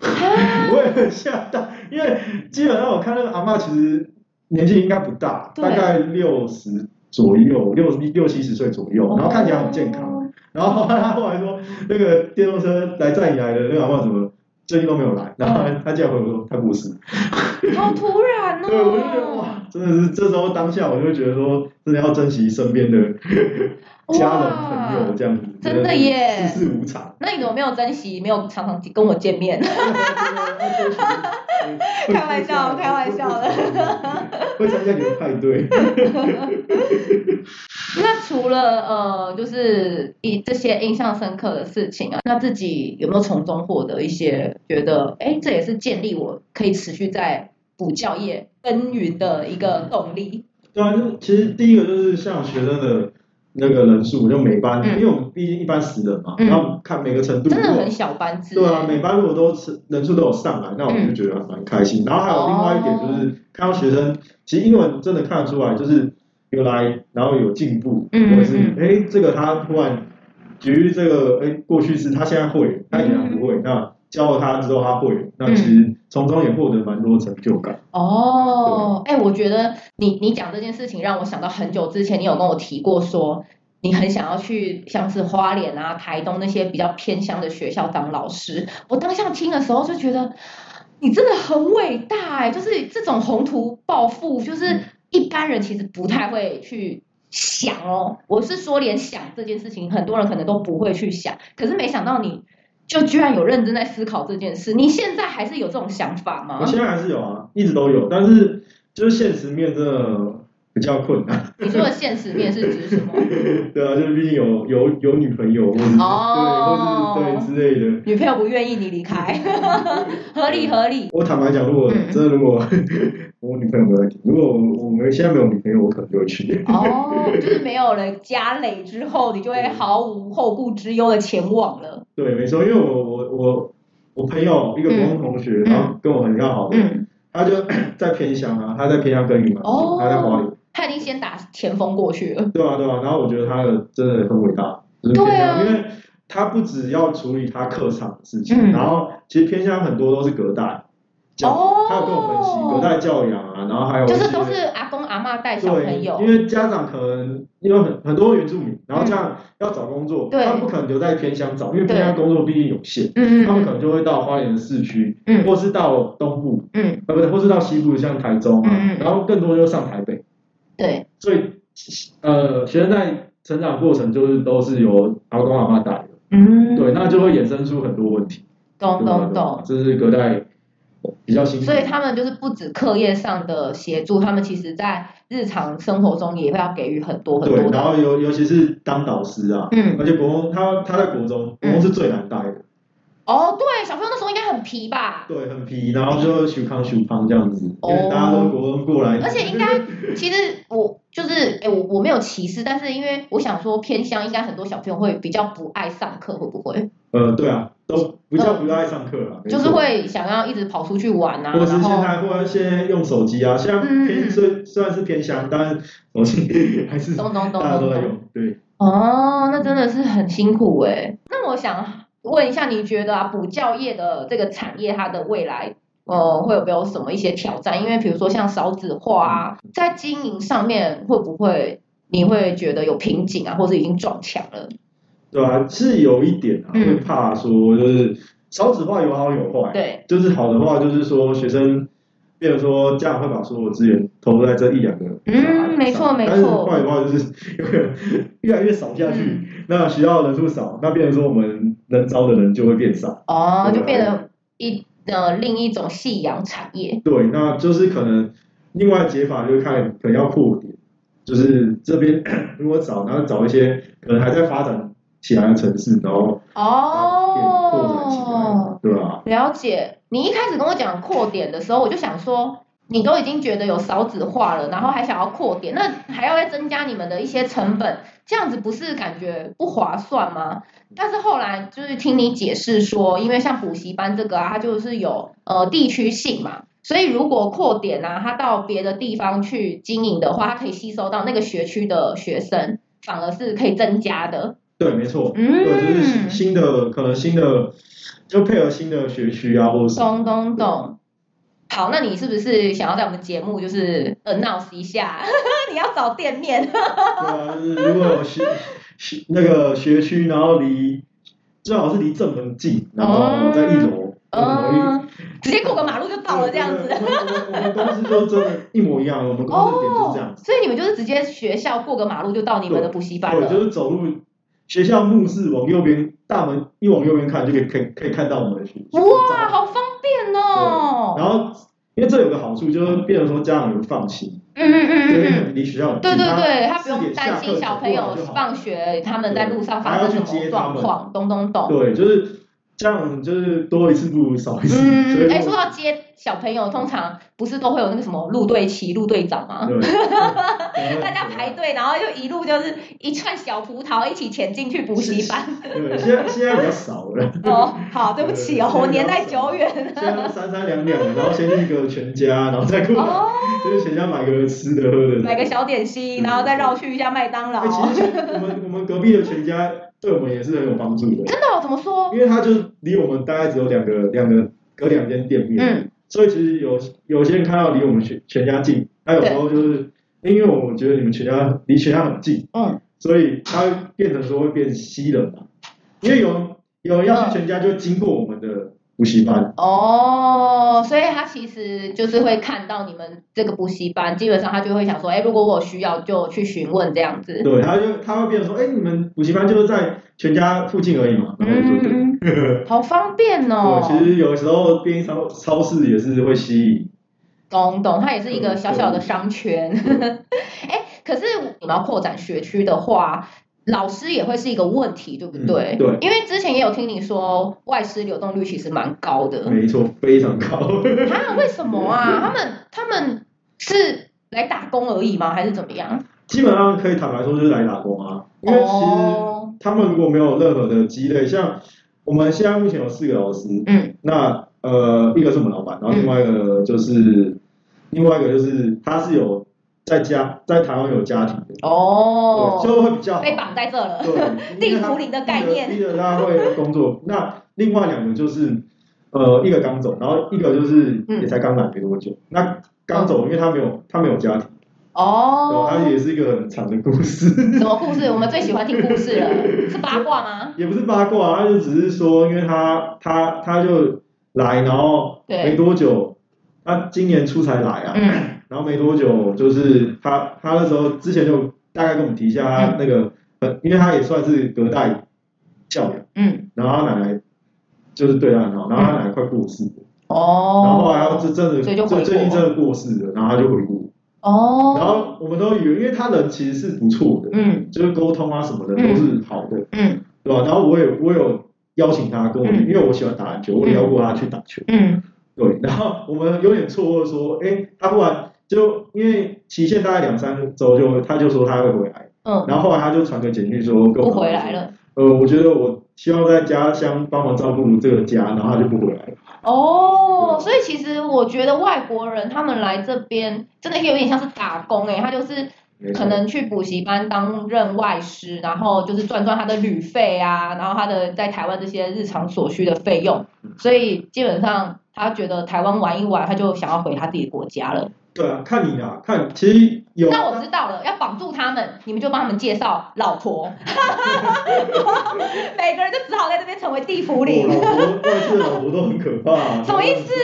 Speaker 1: 啊，
Speaker 2: 我也很吓到，因为基本上我看那个阿妈其实年纪应该不大，
Speaker 1: 对
Speaker 2: 大概六十左右，六六七十岁左右，然后看起来很健康。
Speaker 1: 哦。
Speaker 2: 然后他后来说，那个电动车来载你来的那个阿嬷怎么 最近都没有来？然后他竟然回我说他过世，
Speaker 1: 好突然哦！
Speaker 2: 对我就觉得哇，真的是这时候当下，我就会觉得说，真的要珍惜身边的家人朋友这样子，
Speaker 1: 真的耶
Speaker 2: 世事无常，
Speaker 1: 那你怎么没有珍惜，没有常常跟我见面？
Speaker 2: 开
Speaker 1: 开玩笑开玩笑的，
Speaker 2: 会参加你的派对，
Speaker 1: 那除了呃，就是以这些印象深刻的事情啊，那自己有没有从中获得一些觉得，哎，这也是建立我可以持续在补教业耕耘的一个动力？
Speaker 2: 对啊，就其实第一个就是像学生的那个人数，就每班，
Speaker 1: 嗯
Speaker 2: 因为我们毕竟一般十人嘛，
Speaker 1: 嗯
Speaker 2: 然后看每个程度，
Speaker 1: 真的
Speaker 2: 如果
Speaker 1: 很小班制，
Speaker 2: 对啊，每班如果都是人数都有上来，那我就觉得蛮开
Speaker 1: 嗯
Speaker 2: 心。然后还有另外一点就是，
Speaker 1: 哦
Speaker 2: 看到学生其实英文真的看得出来，就是有来，然后有进步，
Speaker 1: 嗯
Speaker 2: 或者是
Speaker 1: 嗯
Speaker 2: 哎、诶这个他突然，举例这个哎、诶过去是他现在会，他以前不会，
Speaker 1: 嗯
Speaker 2: 那教了他之后他会，那其实从中也获得蛮多成就感。
Speaker 1: 哦，哎、我觉得你你讲这件事情让我想到很久之前，你有跟我提过说，你很想要去像是花莲啊、台东那些比较偏乡的学校当老师。我当下听的时候就觉得，你真的很伟大哎、就是这种宏图抱负，就是一般人其实不太会去。想哦，我是说，连想这件事情，很多人可能都不会去想。可是没想到你，就居然有认真在思考这件事。你现在还是有这种想法吗？
Speaker 2: 我现在还是有啊，一直都有，但是就是现实面真的比较困难。
Speaker 1: 你说的现实面是指什么？
Speaker 2: 对啊，就是毕竟有有有女朋友，或者是、
Speaker 1: 哦
Speaker 2: 对，或是对之类的。
Speaker 1: 女朋友不愿意你离 开，合理合理。
Speaker 2: 我坦白讲，如果
Speaker 1: 嗯
Speaker 2: 真的如果、我女朋友没有在听，如果我我们现在没有女朋友，我可能就会去。
Speaker 1: 哦，就是没有了家累之后，你就会毫无后顾之忧的前往了。
Speaker 2: 对，没错，因为我我我我朋友一个国中同学，
Speaker 1: 嗯
Speaker 2: 然后跟我很要好的，
Speaker 1: 嗯，
Speaker 2: 他就 在偏乡啊，他在偏乡耕耘嘛，
Speaker 1: 哦
Speaker 2: 他在花莲，
Speaker 1: 他已经先打前锋过去了。
Speaker 2: 对啊对啊，然后我觉得他的真的很伟大，就是偏乡，
Speaker 1: 对啊
Speaker 2: 因为他不只要处理他课场的事情，
Speaker 1: 嗯
Speaker 2: 然后其实偏乡很多都是隔代教，
Speaker 1: 哦
Speaker 2: 他有跟我分析隔代教养啊，然后还有一
Speaker 1: 就
Speaker 2: 些
Speaker 1: 是都是阿公阿妈带小
Speaker 2: 对，
Speaker 1: 朋友嗯
Speaker 2: 因，为家长可能因为很很多原住民，然后这样要找工作，
Speaker 1: 对
Speaker 2: 他不可能留在偏乡找，因为偏乡工作毕竟有限，
Speaker 1: 嗯
Speaker 2: 他们可能就会到花莲的市区，
Speaker 1: 嗯
Speaker 2: 或是到东部，
Speaker 1: 嗯，
Speaker 2: 呃，不是，或是到西部，像台中啊，
Speaker 1: 嗯嗯嗯
Speaker 2: 然后更多就上台北，
Speaker 1: 对，
Speaker 2: 所以呃，学生在成长过程就是都是由阿公阿妈带的，
Speaker 1: 嗯，
Speaker 2: 对，那就会衍生出很多问题，
Speaker 1: 懂
Speaker 2: 对吧
Speaker 1: 懂懂。，
Speaker 2: 对吧这是隔代比较辛苦，
Speaker 1: 所以他们就是不止课业上的协助，他们其实在日常生活中也会要给予很多很
Speaker 2: 对
Speaker 1: 多，的。
Speaker 2: 然后尤尤其是当导师啊，
Speaker 1: 嗯，
Speaker 2: 而且国中他他在国中，国中是最难带的，
Speaker 1: 哦，对，小朋友那时候应该很皮吧？
Speaker 2: 对，很皮，然后就修康修康这样子，
Speaker 1: 哦
Speaker 2: 因为大家都国中过来，
Speaker 1: 而且应 该，其实我就是，哎、我我没有歧视，但是因为我想说，偏乡应该很多小朋友会比较不爱上课，会不会？
Speaker 2: 呃，对啊，都不叫不爱上课了，
Speaker 1: 嗯就是
Speaker 2: 没错，
Speaker 1: 会想要一直跑出去玩啊，
Speaker 2: 或者是
Speaker 1: 然
Speaker 2: 现
Speaker 1: 后
Speaker 2: 在或者现在用手机啊，现在
Speaker 1: 嗯
Speaker 2: 偏虽虽然是偏乡，但手机 还是
Speaker 1: 咚咚咚
Speaker 2: 大家
Speaker 1: 咚
Speaker 2: 都在
Speaker 1: 咚。
Speaker 2: 用，对，
Speaker 1: 哦，那真的是很辛苦哎、那我想问一下，你觉得啊，补教业的这个产业，它的未来？呃，会有没有什么一些挑战？因为比如说像少子化啊，在经营上面会不会你会觉得有瓶颈啊，或是已经撞墙了？
Speaker 2: 对啊，是有一点啊，
Speaker 1: 嗯
Speaker 2: 会怕说就是少子化有好有坏，
Speaker 1: 对，
Speaker 2: 就是好的话就是说学生。变成说家长会把所有资源投入在这一两个小孩
Speaker 1: 嗯，没错
Speaker 2: 上
Speaker 1: 没
Speaker 2: 但是
Speaker 1: 错，嗯
Speaker 2: 坏的话就是 有可能越来越少下去，那学校人数少，那变成说我们能招的人就会变少。
Speaker 1: 哦，
Speaker 2: 对
Speaker 1: 就变成一呃另一种夕阳产业。
Speaker 2: 对，那就是可能另外解法就是看可能要扩点，就是这边 如果找，然后找一些可能还在发展起来的城市，然后把点扩展起来
Speaker 1: 哦，，
Speaker 2: 对吧、
Speaker 1: 了解。你一开始跟我讲扩点的时候，我就想说，你都已经觉得有少子化了，然后还想要扩点，那还要再增加你们的一些成本，这样子不是感觉不划算吗？但是后来就是听你解释说，因为像补习班这个啊，它就是有呃地区性嘛。所以，如果扩点啊，它到别的地方去经营的话，它可以吸收到那个学区的学生，反而是可以增加的。
Speaker 2: 对，没错，
Speaker 1: 嗯，
Speaker 2: 对，就是新新的可能新的就配合新的学区啊，或者是
Speaker 1: 懂懂懂。好，那你是不是想要在我们节目就是 announce 一下， 你要找店面？
Speaker 2: 对啊，就是如果有学学那个学区，然后离最好是离正门近，然后在一楼，很容易
Speaker 1: 嗯，直接过个马路就到了这样子。
Speaker 2: 对。对对我们我们公司就真的一模一样，我们公司的点就是这样
Speaker 1: 哦，。所以你们就是直接学校过个马路就到你们的补习班
Speaker 2: 对，
Speaker 1: 了。
Speaker 2: 就是走路学校墓室往右边大门一往右边看就可以可以可以看到我们的学校。
Speaker 1: 哇，好方便哦！
Speaker 2: 然后因为这有个好处就是变成说家长有放心，
Speaker 1: 嗯嗯嗯
Speaker 2: 因为
Speaker 1: 嗯嗯，
Speaker 2: 离学校很近
Speaker 1: 对对对，他
Speaker 2: 他
Speaker 1: 不用担心小朋友放学他们在路上发生什么状况，懂懂懂。
Speaker 2: 对，就是这样，就是多一次不如少一次。所
Speaker 1: 嗯，
Speaker 2: 以
Speaker 1: 哎，
Speaker 2: 我
Speaker 1: 说到接小朋友，通常不是都会有那个什么路队旗、路队长吗？
Speaker 2: 对，对
Speaker 1: 大家排。队，然后就一路就是一串小葡萄一起潜进去补习班。
Speaker 2: 对，现在现在比较少了，
Speaker 1: 哦，好，对不起哦，我年代久远
Speaker 2: 现。在都三三两两的，然后先去一个全家，然后再过来，
Speaker 1: 哦，
Speaker 2: 就是全家买个吃的喝的。
Speaker 1: 买个小点心，然后再绕去一下麦当劳
Speaker 2: 哎，。其实
Speaker 1: 哦
Speaker 2: 我们我们隔壁的全家对我们也是很有帮助的，
Speaker 1: 真的、哦？怎么说？
Speaker 2: 因为它就离我们大概只有两个两个隔两间店面，
Speaker 1: 嗯，
Speaker 2: 所以其实有有些人看到离我们全全家近，他有时候就是因为我觉得你们全家离全家很近，
Speaker 1: 嗯，
Speaker 2: 所以他会变成说会变西人嘛，因为有人有人要去全家就经过我们的补
Speaker 1: 嗯
Speaker 2: 习班，
Speaker 1: 哦，所以他其实就是会看到你们这个补习班，基本上他就会想说，哎，如果我有需要就去询问这样子。
Speaker 2: 对，他就他会变成说，哎，你们补习班就是在全家附近而已嘛，然后我就对。
Speaker 1: 嗯，好方便哦。
Speaker 2: 对，其实有时候便利超超市也是会吸引
Speaker 1: 懂懂，它也是一
Speaker 2: 嗯
Speaker 1: 个小小的商圈。 哎，可是你们要扩展学区的话，老师也会是一个问题，对不对？
Speaker 2: 嗯对
Speaker 1: 因为之前也有听你说，外师流动率其实蛮高的。
Speaker 2: 没错，非常高。
Speaker 1: 啊，为什么啊？他们他们是来打工而已吗？还是怎么样？
Speaker 2: 基本上可以坦白说就是来打工啊，因为其实
Speaker 1: 哦，
Speaker 2: 他们如果没有任何的积累，像我们现在目前有四个老师，
Speaker 1: 嗯
Speaker 2: 那呃一个是我们老板，然后另外一个就是、另外一个就是他是有在家在台湾有家庭的，对，
Speaker 1: 哦，
Speaker 2: 就会比较好
Speaker 1: 被绑在这了。
Speaker 2: 对
Speaker 1: 地
Speaker 2: 因为他
Speaker 1: 图里的概念
Speaker 2: 逼着逼着他会有工作。那另外两个就是呃一个刚走，然后一个就是
Speaker 1: 嗯
Speaker 2: 也才刚来没多久，那。刚走，因为他没有他没有家庭，对，他
Speaker 1: 哦，
Speaker 2: 也是一个很长的故事。
Speaker 1: 什么故事？我们最喜欢听故 事了，是八卦吗？
Speaker 2: 也不是八卦，啊他就只是说，因为他他他就来，然后
Speaker 1: 对
Speaker 2: 没多久，他今年初才来啊，
Speaker 1: 嗯
Speaker 2: 然后没多久就是他他那时候之前就大概跟我们提一下
Speaker 1: 嗯
Speaker 2: 他那个，呃，因为他也算是隔代教养，
Speaker 1: 嗯，
Speaker 2: 然后他奶奶就是对他很好，然后他奶奶快过世了，
Speaker 1: 哦，
Speaker 2: 然后后来他这真的
Speaker 1: 所以就回国
Speaker 2: 最最近真的过世了，然后他就回国，
Speaker 1: 哦，
Speaker 2: 然后我们都以为，因为他人其实是不错的，
Speaker 1: 嗯
Speaker 2: 就是沟通啊什么的
Speaker 1: 嗯
Speaker 2: 都是好的。
Speaker 1: 嗯
Speaker 2: 对吧、然后我也我有邀请他跟我，
Speaker 1: 嗯
Speaker 2: 因为我喜欢打篮球，我也邀过他去打球。
Speaker 1: 嗯
Speaker 2: 对，然后我们有点错愕说，哎，他不然就因为期限大概两三周就，他就说他会回来，
Speaker 1: 嗯，
Speaker 2: 然后后来他就传个简讯说跟我
Speaker 1: 不
Speaker 2: 们
Speaker 1: 回来。了。
Speaker 2: 呃，我觉得我希望在家乡帮忙照顾这个家，然后他就不回来了。
Speaker 1: 哦，所以其实我觉得外国人他们来这边真的有点像是打工欸诶、他就是
Speaker 2: 没错
Speaker 1: 可能去补习班担任外师，然后就是赚赚他的旅费啊，然后他的在台湾这些日常所需的费用，所以基本上他觉得台湾玩一玩，他就想要回他自己的国家了。
Speaker 2: 对啊，看你啊，看其实有
Speaker 1: 那我知道了，要绑住他们，你们就帮他们介绍老婆， 每个人就只好在这边成为地府里
Speaker 2: 我。老婆，外事老婆都很可怕、啊
Speaker 1: 什么意 思？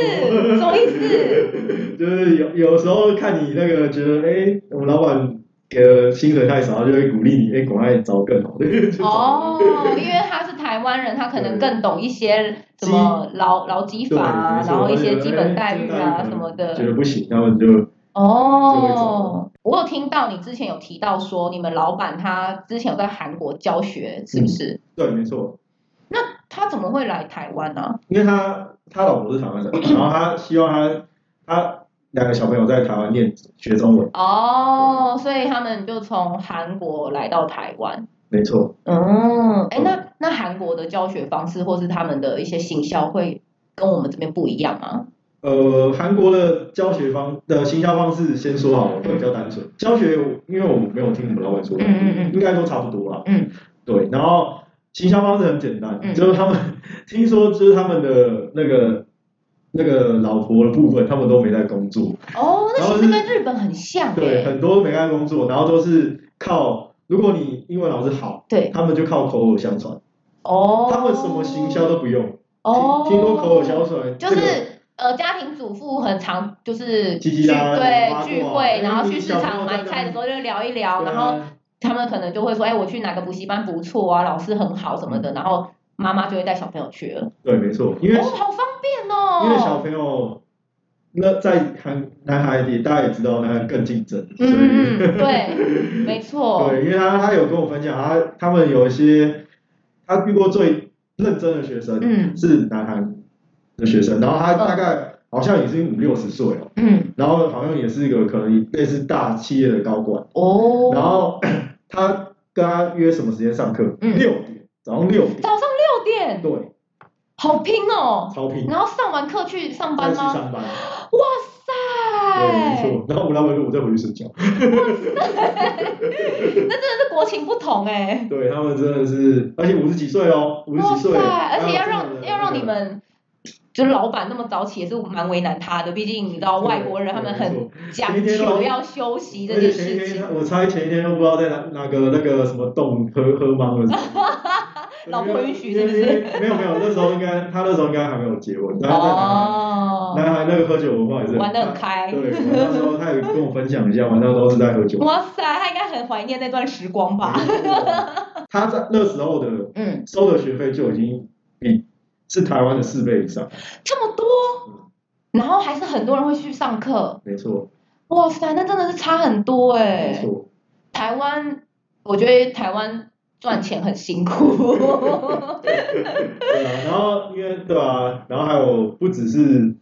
Speaker 1: 什么意思？
Speaker 2: 就是有有时候看你那个觉得，哎、我们老板给的薪水太少，就会鼓励你，哎、赶快找更好的。就找
Speaker 1: 哦，因为他是台湾人，他可能更懂一些什
Speaker 2: 基
Speaker 1: 么劳劳基法啊，
Speaker 2: 对没错
Speaker 1: 然后一些
Speaker 2: 他就
Speaker 1: 基
Speaker 2: 觉得
Speaker 1: 本
Speaker 2: 哎
Speaker 1: 待遇啊
Speaker 2: 基本待遇
Speaker 1: 什么
Speaker 2: 觉
Speaker 1: 的。
Speaker 2: 得不行，他们就
Speaker 1: 哦，我有听到你之前有提到说，你们老板他之前有在韩国教学，是不是？
Speaker 2: 对，没错，
Speaker 1: 他怎么会来台湾啊呢、
Speaker 2: 因为他他老婆是台湾人，然后他希望他他两个小朋友在台湾念学中文，
Speaker 1: 哦，所以他们就从韩国来到台湾。
Speaker 2: 没错。
Speaker 1: 嗯，哎，那那韩国的教学方式或是他们的一些行销会跟我们这边不一样吗？
Speaker 2: 呃，韩国的教学方的行销方式，先说好了，会比较单纯。教学，因为我没有听我们老板说，
Speaker 1: 嗯嗯嗯
Speaker 2: 应该都差不多啦。
Speaker 1: 嗯，
Speaker 2: 对，然后行销方式很简单，
Speaker 1: 嗯
Speaker 2: 就是他们 听说就是他们的那个那个老婆的部分，他们都没在工作，
Speaker 1: 哦，那
Speaker 2: 然后
Speaker 1: 其实
Speaker 2: 是
Speaker 1: 跟日本很像
Speaker 2: 对，
Speaker 1: 哎。
Speaker 2: 很多都没在工作，然后都是靠如果你英文老师好，
Speaker 1: 对，
Speaker 2: 他们就靠口耳相传，
Speaker 1: 哦，
Speaker 2: 他们什么行销都不用，
Speaker 1: 哦，
Speaker 2: 听说口口相传，
Speaker 1: 就
Speaker 2: 这个
Speaker 1: 是呃，家庭主妇很常就是聚
Speaker 2: 叽叽喳喳八卦
Speaker 1: 对聚会，
Speaker 2: 因为
Speaker 1: 然后
Speaker 2: 哎你
Speaker 1: 去市
Speaker 2: 小朋
Speaker 1: 场
Speaker 2: 友
Speaker 1: 买
Speaker 2: 在
Speaker 1: 菜的
Speaker 2: 那
Speaker 1: 时候就聊一聊，
Speaker 2: 对
Speaker 1: 然
Speaker 2: 啊
Speaker 1: 后他们可能就会说，哎，我去哪个补习班不错啊，老师很好什么的，然后妈妈就会带小朋友去了。
Speaker 2: 对，没错，嗯因为
Speaker 1: 哦，好方便
Speaker 2: 因为小
Speaker 1: 哦。
Speaker 2: 朋友那在韩男孩里，大家也知道，男孩更竞争，所以、
Speaker 1: 嗯嗯嗯， 对，没错。
Speaker 2: 对，因为他他有跟我分享，他他们有一些他遇过最认真的学生，
Speaker 1: 嗯
Speaker 2: 是男孩的学生，然后他大概好像已经五六十岁了，
Speaker 1: 嗯，
Speaker 2: 然后好像也是一个可能类似大企业的高管，
Speaker 1: 哦。
Speaker 2: 然后 他跟他约什么时间上课？
Speaker 1: 嗯哦
Speaker 2: 六点，早上六点，
Speaker 1: 早上六点，
Speaker 2: 对，
Speaker 1: 好拼哦。
Speaker 2: 超拼，
Speaker 1: 然后上完课去上
Speaker 2: 再
Speaker 1: 班
Speaker 2: 去
Speaker 1: 吗？
Speaker 2: 上
Speaker 1: 哇
Speaker 2: 班，对，没
Speaker 1: 塞，
Speaker 2: 错。然后我老板说，我再回去睡觉。
Speaker 1: 那真的是国情不同哎。
Speaker 2: 对他们真的是，而且五十几岁哦，五十
Speaker 1: 哇
Speaker 2: 几
Speaker 1: 塞！
Speaker 2: 岁，
Speaker 1: 而且要
Speaker 2: 还有
Speaker 1: 让
Speaker 2: 这样的
Speaker 1: 要让你
Speaker 2: 那个
Speaker 1: 们，就是老板那么早起也是蛮为难他的，毕竟你知道哦外国人他们很讲
Speaker 2: 前一天都
Speaker 1: 求要休息这
Speaker 2: 而且
Speaker 1: 件
Speaker 2: 前一
Speaker 1: 事
Speaker 2: 天
Speaker 1: 情，
Speaker 2: 他，我猜前一天都不知道在哪哪个那个什么洞喝喝 懵了。
Speaker 1: 老婆允许是不是？
Speaker 2: 没有没有，那时候应该他那时候应该还没有结婚，然后在
Speaker 1: 哦，
Speaker 2: 男孩那个喝酒文化也是很
Speaker 1: 玩得很开
Speaker 2: 对，晚上时候他也跟我分享一下，晚上都是在喝酒。
Speaker 1: 哇塞，他应该很怀念那段时光吧？
Speaker 2: 他在那时候的
Speaker 1: 嗯，
Speaker 2: 收的学费就已经比是台湾的四倍以上，
Speaker 1: 这么
Speaker 2: 嗯
Speaker 1: 多，然后还是很多人会去上课，
Speaker 2: 没错，
Speaker 1: 哇塞，那真的是差很多
Speaker 2: 没
Speaker 1: 哎。
Speaker 2: 错，
Speaker 1: 台湾，我觉得台湾赚钱很辛 苦，
Speaker 2: 对啊，然后因为对啊，然后还有不只是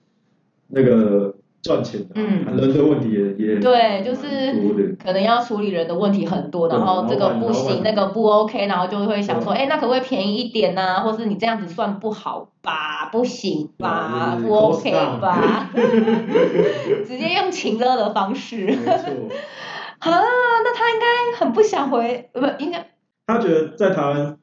Speaker 2: 那个赚钱、啊，
Speaker 1: 嗯
Speaker 2: 人的问题也也
Speaker 1: 对就是
Speaker 2: 蛮多的，
Speaker 1: 可能要处理人的问题很多，
Speaker 2: 对
Speaker 1: 然后这个
Speaker 2: 老板
Speaker 1: 不行，
Speaker 2: 老板
Speaker 1: 那个不 OK，然后就会想说，
Speaker 2: 对
Speaker 1: 哎，那可不可以便宜一点呐、或是你这样子算不好吧？不行吧？
Speaker 2: 对就是
Speaker 1: 不 OK
Speaker 2: cost down
Speaker 1: 吧？ 直接用情勒的方式
Speaker 2: 没错。
Speaker 1: 啊，那他应该很不想回，呃不，应该
Speaker 2: 他觉得在台湾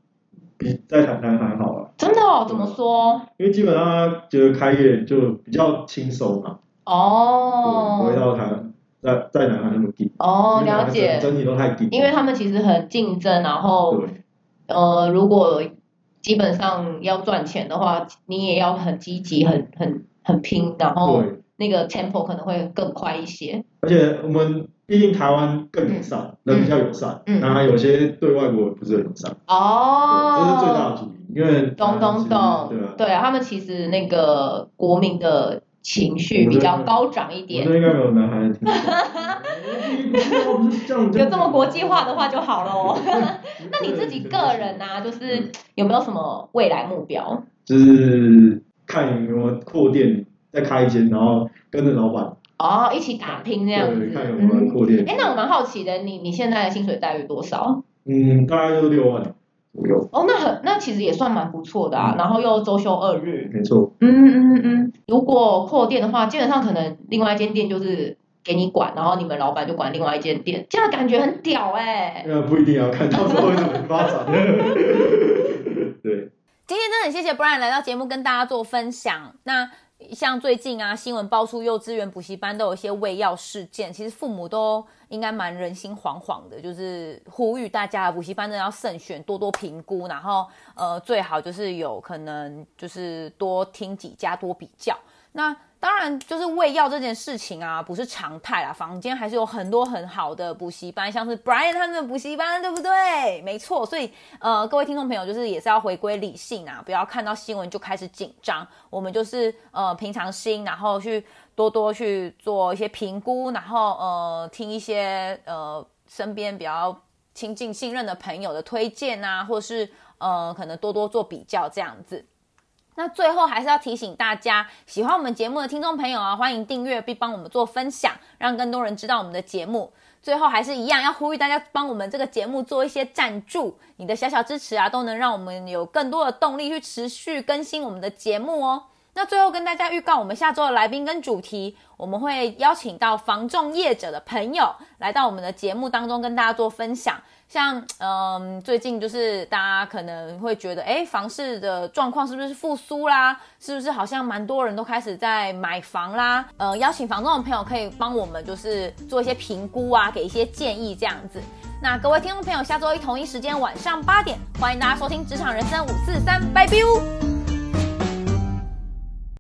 Speaker 2: 比在台南还好啊，
Speaker 1: 真的哦？怎么说？
Speaker 2: 因为基本上他觉得开业就比较轻松嘛，对不
Speaker 1: 哦
Speaker 2: 会到台湾在在南韩那么低。
Speaker 1: 哦，
Speaker 2: 因为台
Speaker 1: 了
Speaker 2: 湾
Speaker 1: 解，
Speaker 2: 整体都太低。
Speaker 1: 因为他们其实很竞争，然后
Speaker 2: 嗯对
Speaker 1: 呃，如果基本上要赚钱的话，你也要很积极、很很很拼，然后
Speaker 2: 对，
Speaker 1: 那个 tempo 可能会更快一些。
Speaker 2: 而且我们毕竟台湾更友善，人比较友善，
Speaker 1: 嗯
Speaker 2: 然后有些对外国人不是很友善，对这是最大的
Speaker 1: 哦，
Speaker 2: 主因。因为
Speaker 1: 懂懂懂，
Speaker 2: 对吧？
Speaker 1: 啊，他们其实那个国民的情绪比较高涨一
Speaker 2: 我
Speaker 1: 点，
Speaker 2: 那应该没有男孩子听过。不是这样
Speaker 1: 有这么国际化的话就好了哦。 那你自己个人
Speaker 2: 呢？
Speaker 1: 啊，就是有没有什么未来目标？
Speaker 2: 就是看有没有扩店，再开一间，然后跟着老板
Speaker 1: 哦，一起打拼这样子
Speaker 2: 对，，看有没有
Speaker 1: 嗯。
Speaker 2: 扩店。
Speaker 1: 哎，那我蛮好奇的，你你现在的薪水待遇多少？
Speaker 2: 嗯，大概就是六万左右，
Speaker 1: 哦，那很，那其实也算蛮不错的啊。
Speaker 2: 嗯
Speaker 1: 然后又周休二日，
Speaker 2: 没错。
Speaker 1: 嗯嗯嗯嗯。如果扩店的话，基本上可能另外一间店就是给你管，然后你们老板就管另外一间店，这样感觉很屌哎、
Speaker 2: 呃，不一定要看到时候会怎么发展。 对，
Speaker 3: 今天真的很谢谢 Brian 来到节目跟大家做分享。那像最近啊，新闻爆出幼稚园补习班都有一些喂药事件，其实父母都应该蛮人心惶惶的，就是呼吁大家补习班真的要慎选，多多评估，然后呃最好就是有可能就是多听几家，多比较。那当然，就是喂药这件事情啊，不是常态啦。坊间还是有很多很好的补习班，像是 Brian 他们的补习班，对不对？没错，所以呃，各位听众朋友，就是也是要回归理性啊，不要看到新闻就开始紧张。我们就是呃平常心，然后去多多去做一些评估，然后呃听一些呃身边比较亲近信任的朋友的推荐啊，或是呃可能多多做比较这样子。那最后还是要提醒大家，喜欢我们节目的听众朋友啊，欢迎订阅并帮我们做分享，让更多人知道我们的节目。最后还是一样，要呼吁大家帮我们这个节目做一些赞助，你的小小支持啊，都能让我们有更多的动力去持续更新我们的节目哦。那最后跟大家预告，我们下周的来宾跟主题，我们会邀请到防重业者的朋友来到我们的节目当中跟大家做分享。像嗯，最近就是大家可能会觉得，哎，房市的状况是不是复苏啦？是不是好像蛮多人都开始在买房啦？呃，邀请房仲的朋友可以帮我们就是做一些评估啊，给一些建议这样子。那各位听众朋友，下周一同一时间晚上八点，欢迎大家收听《职场人生五四三》，拜拜哦。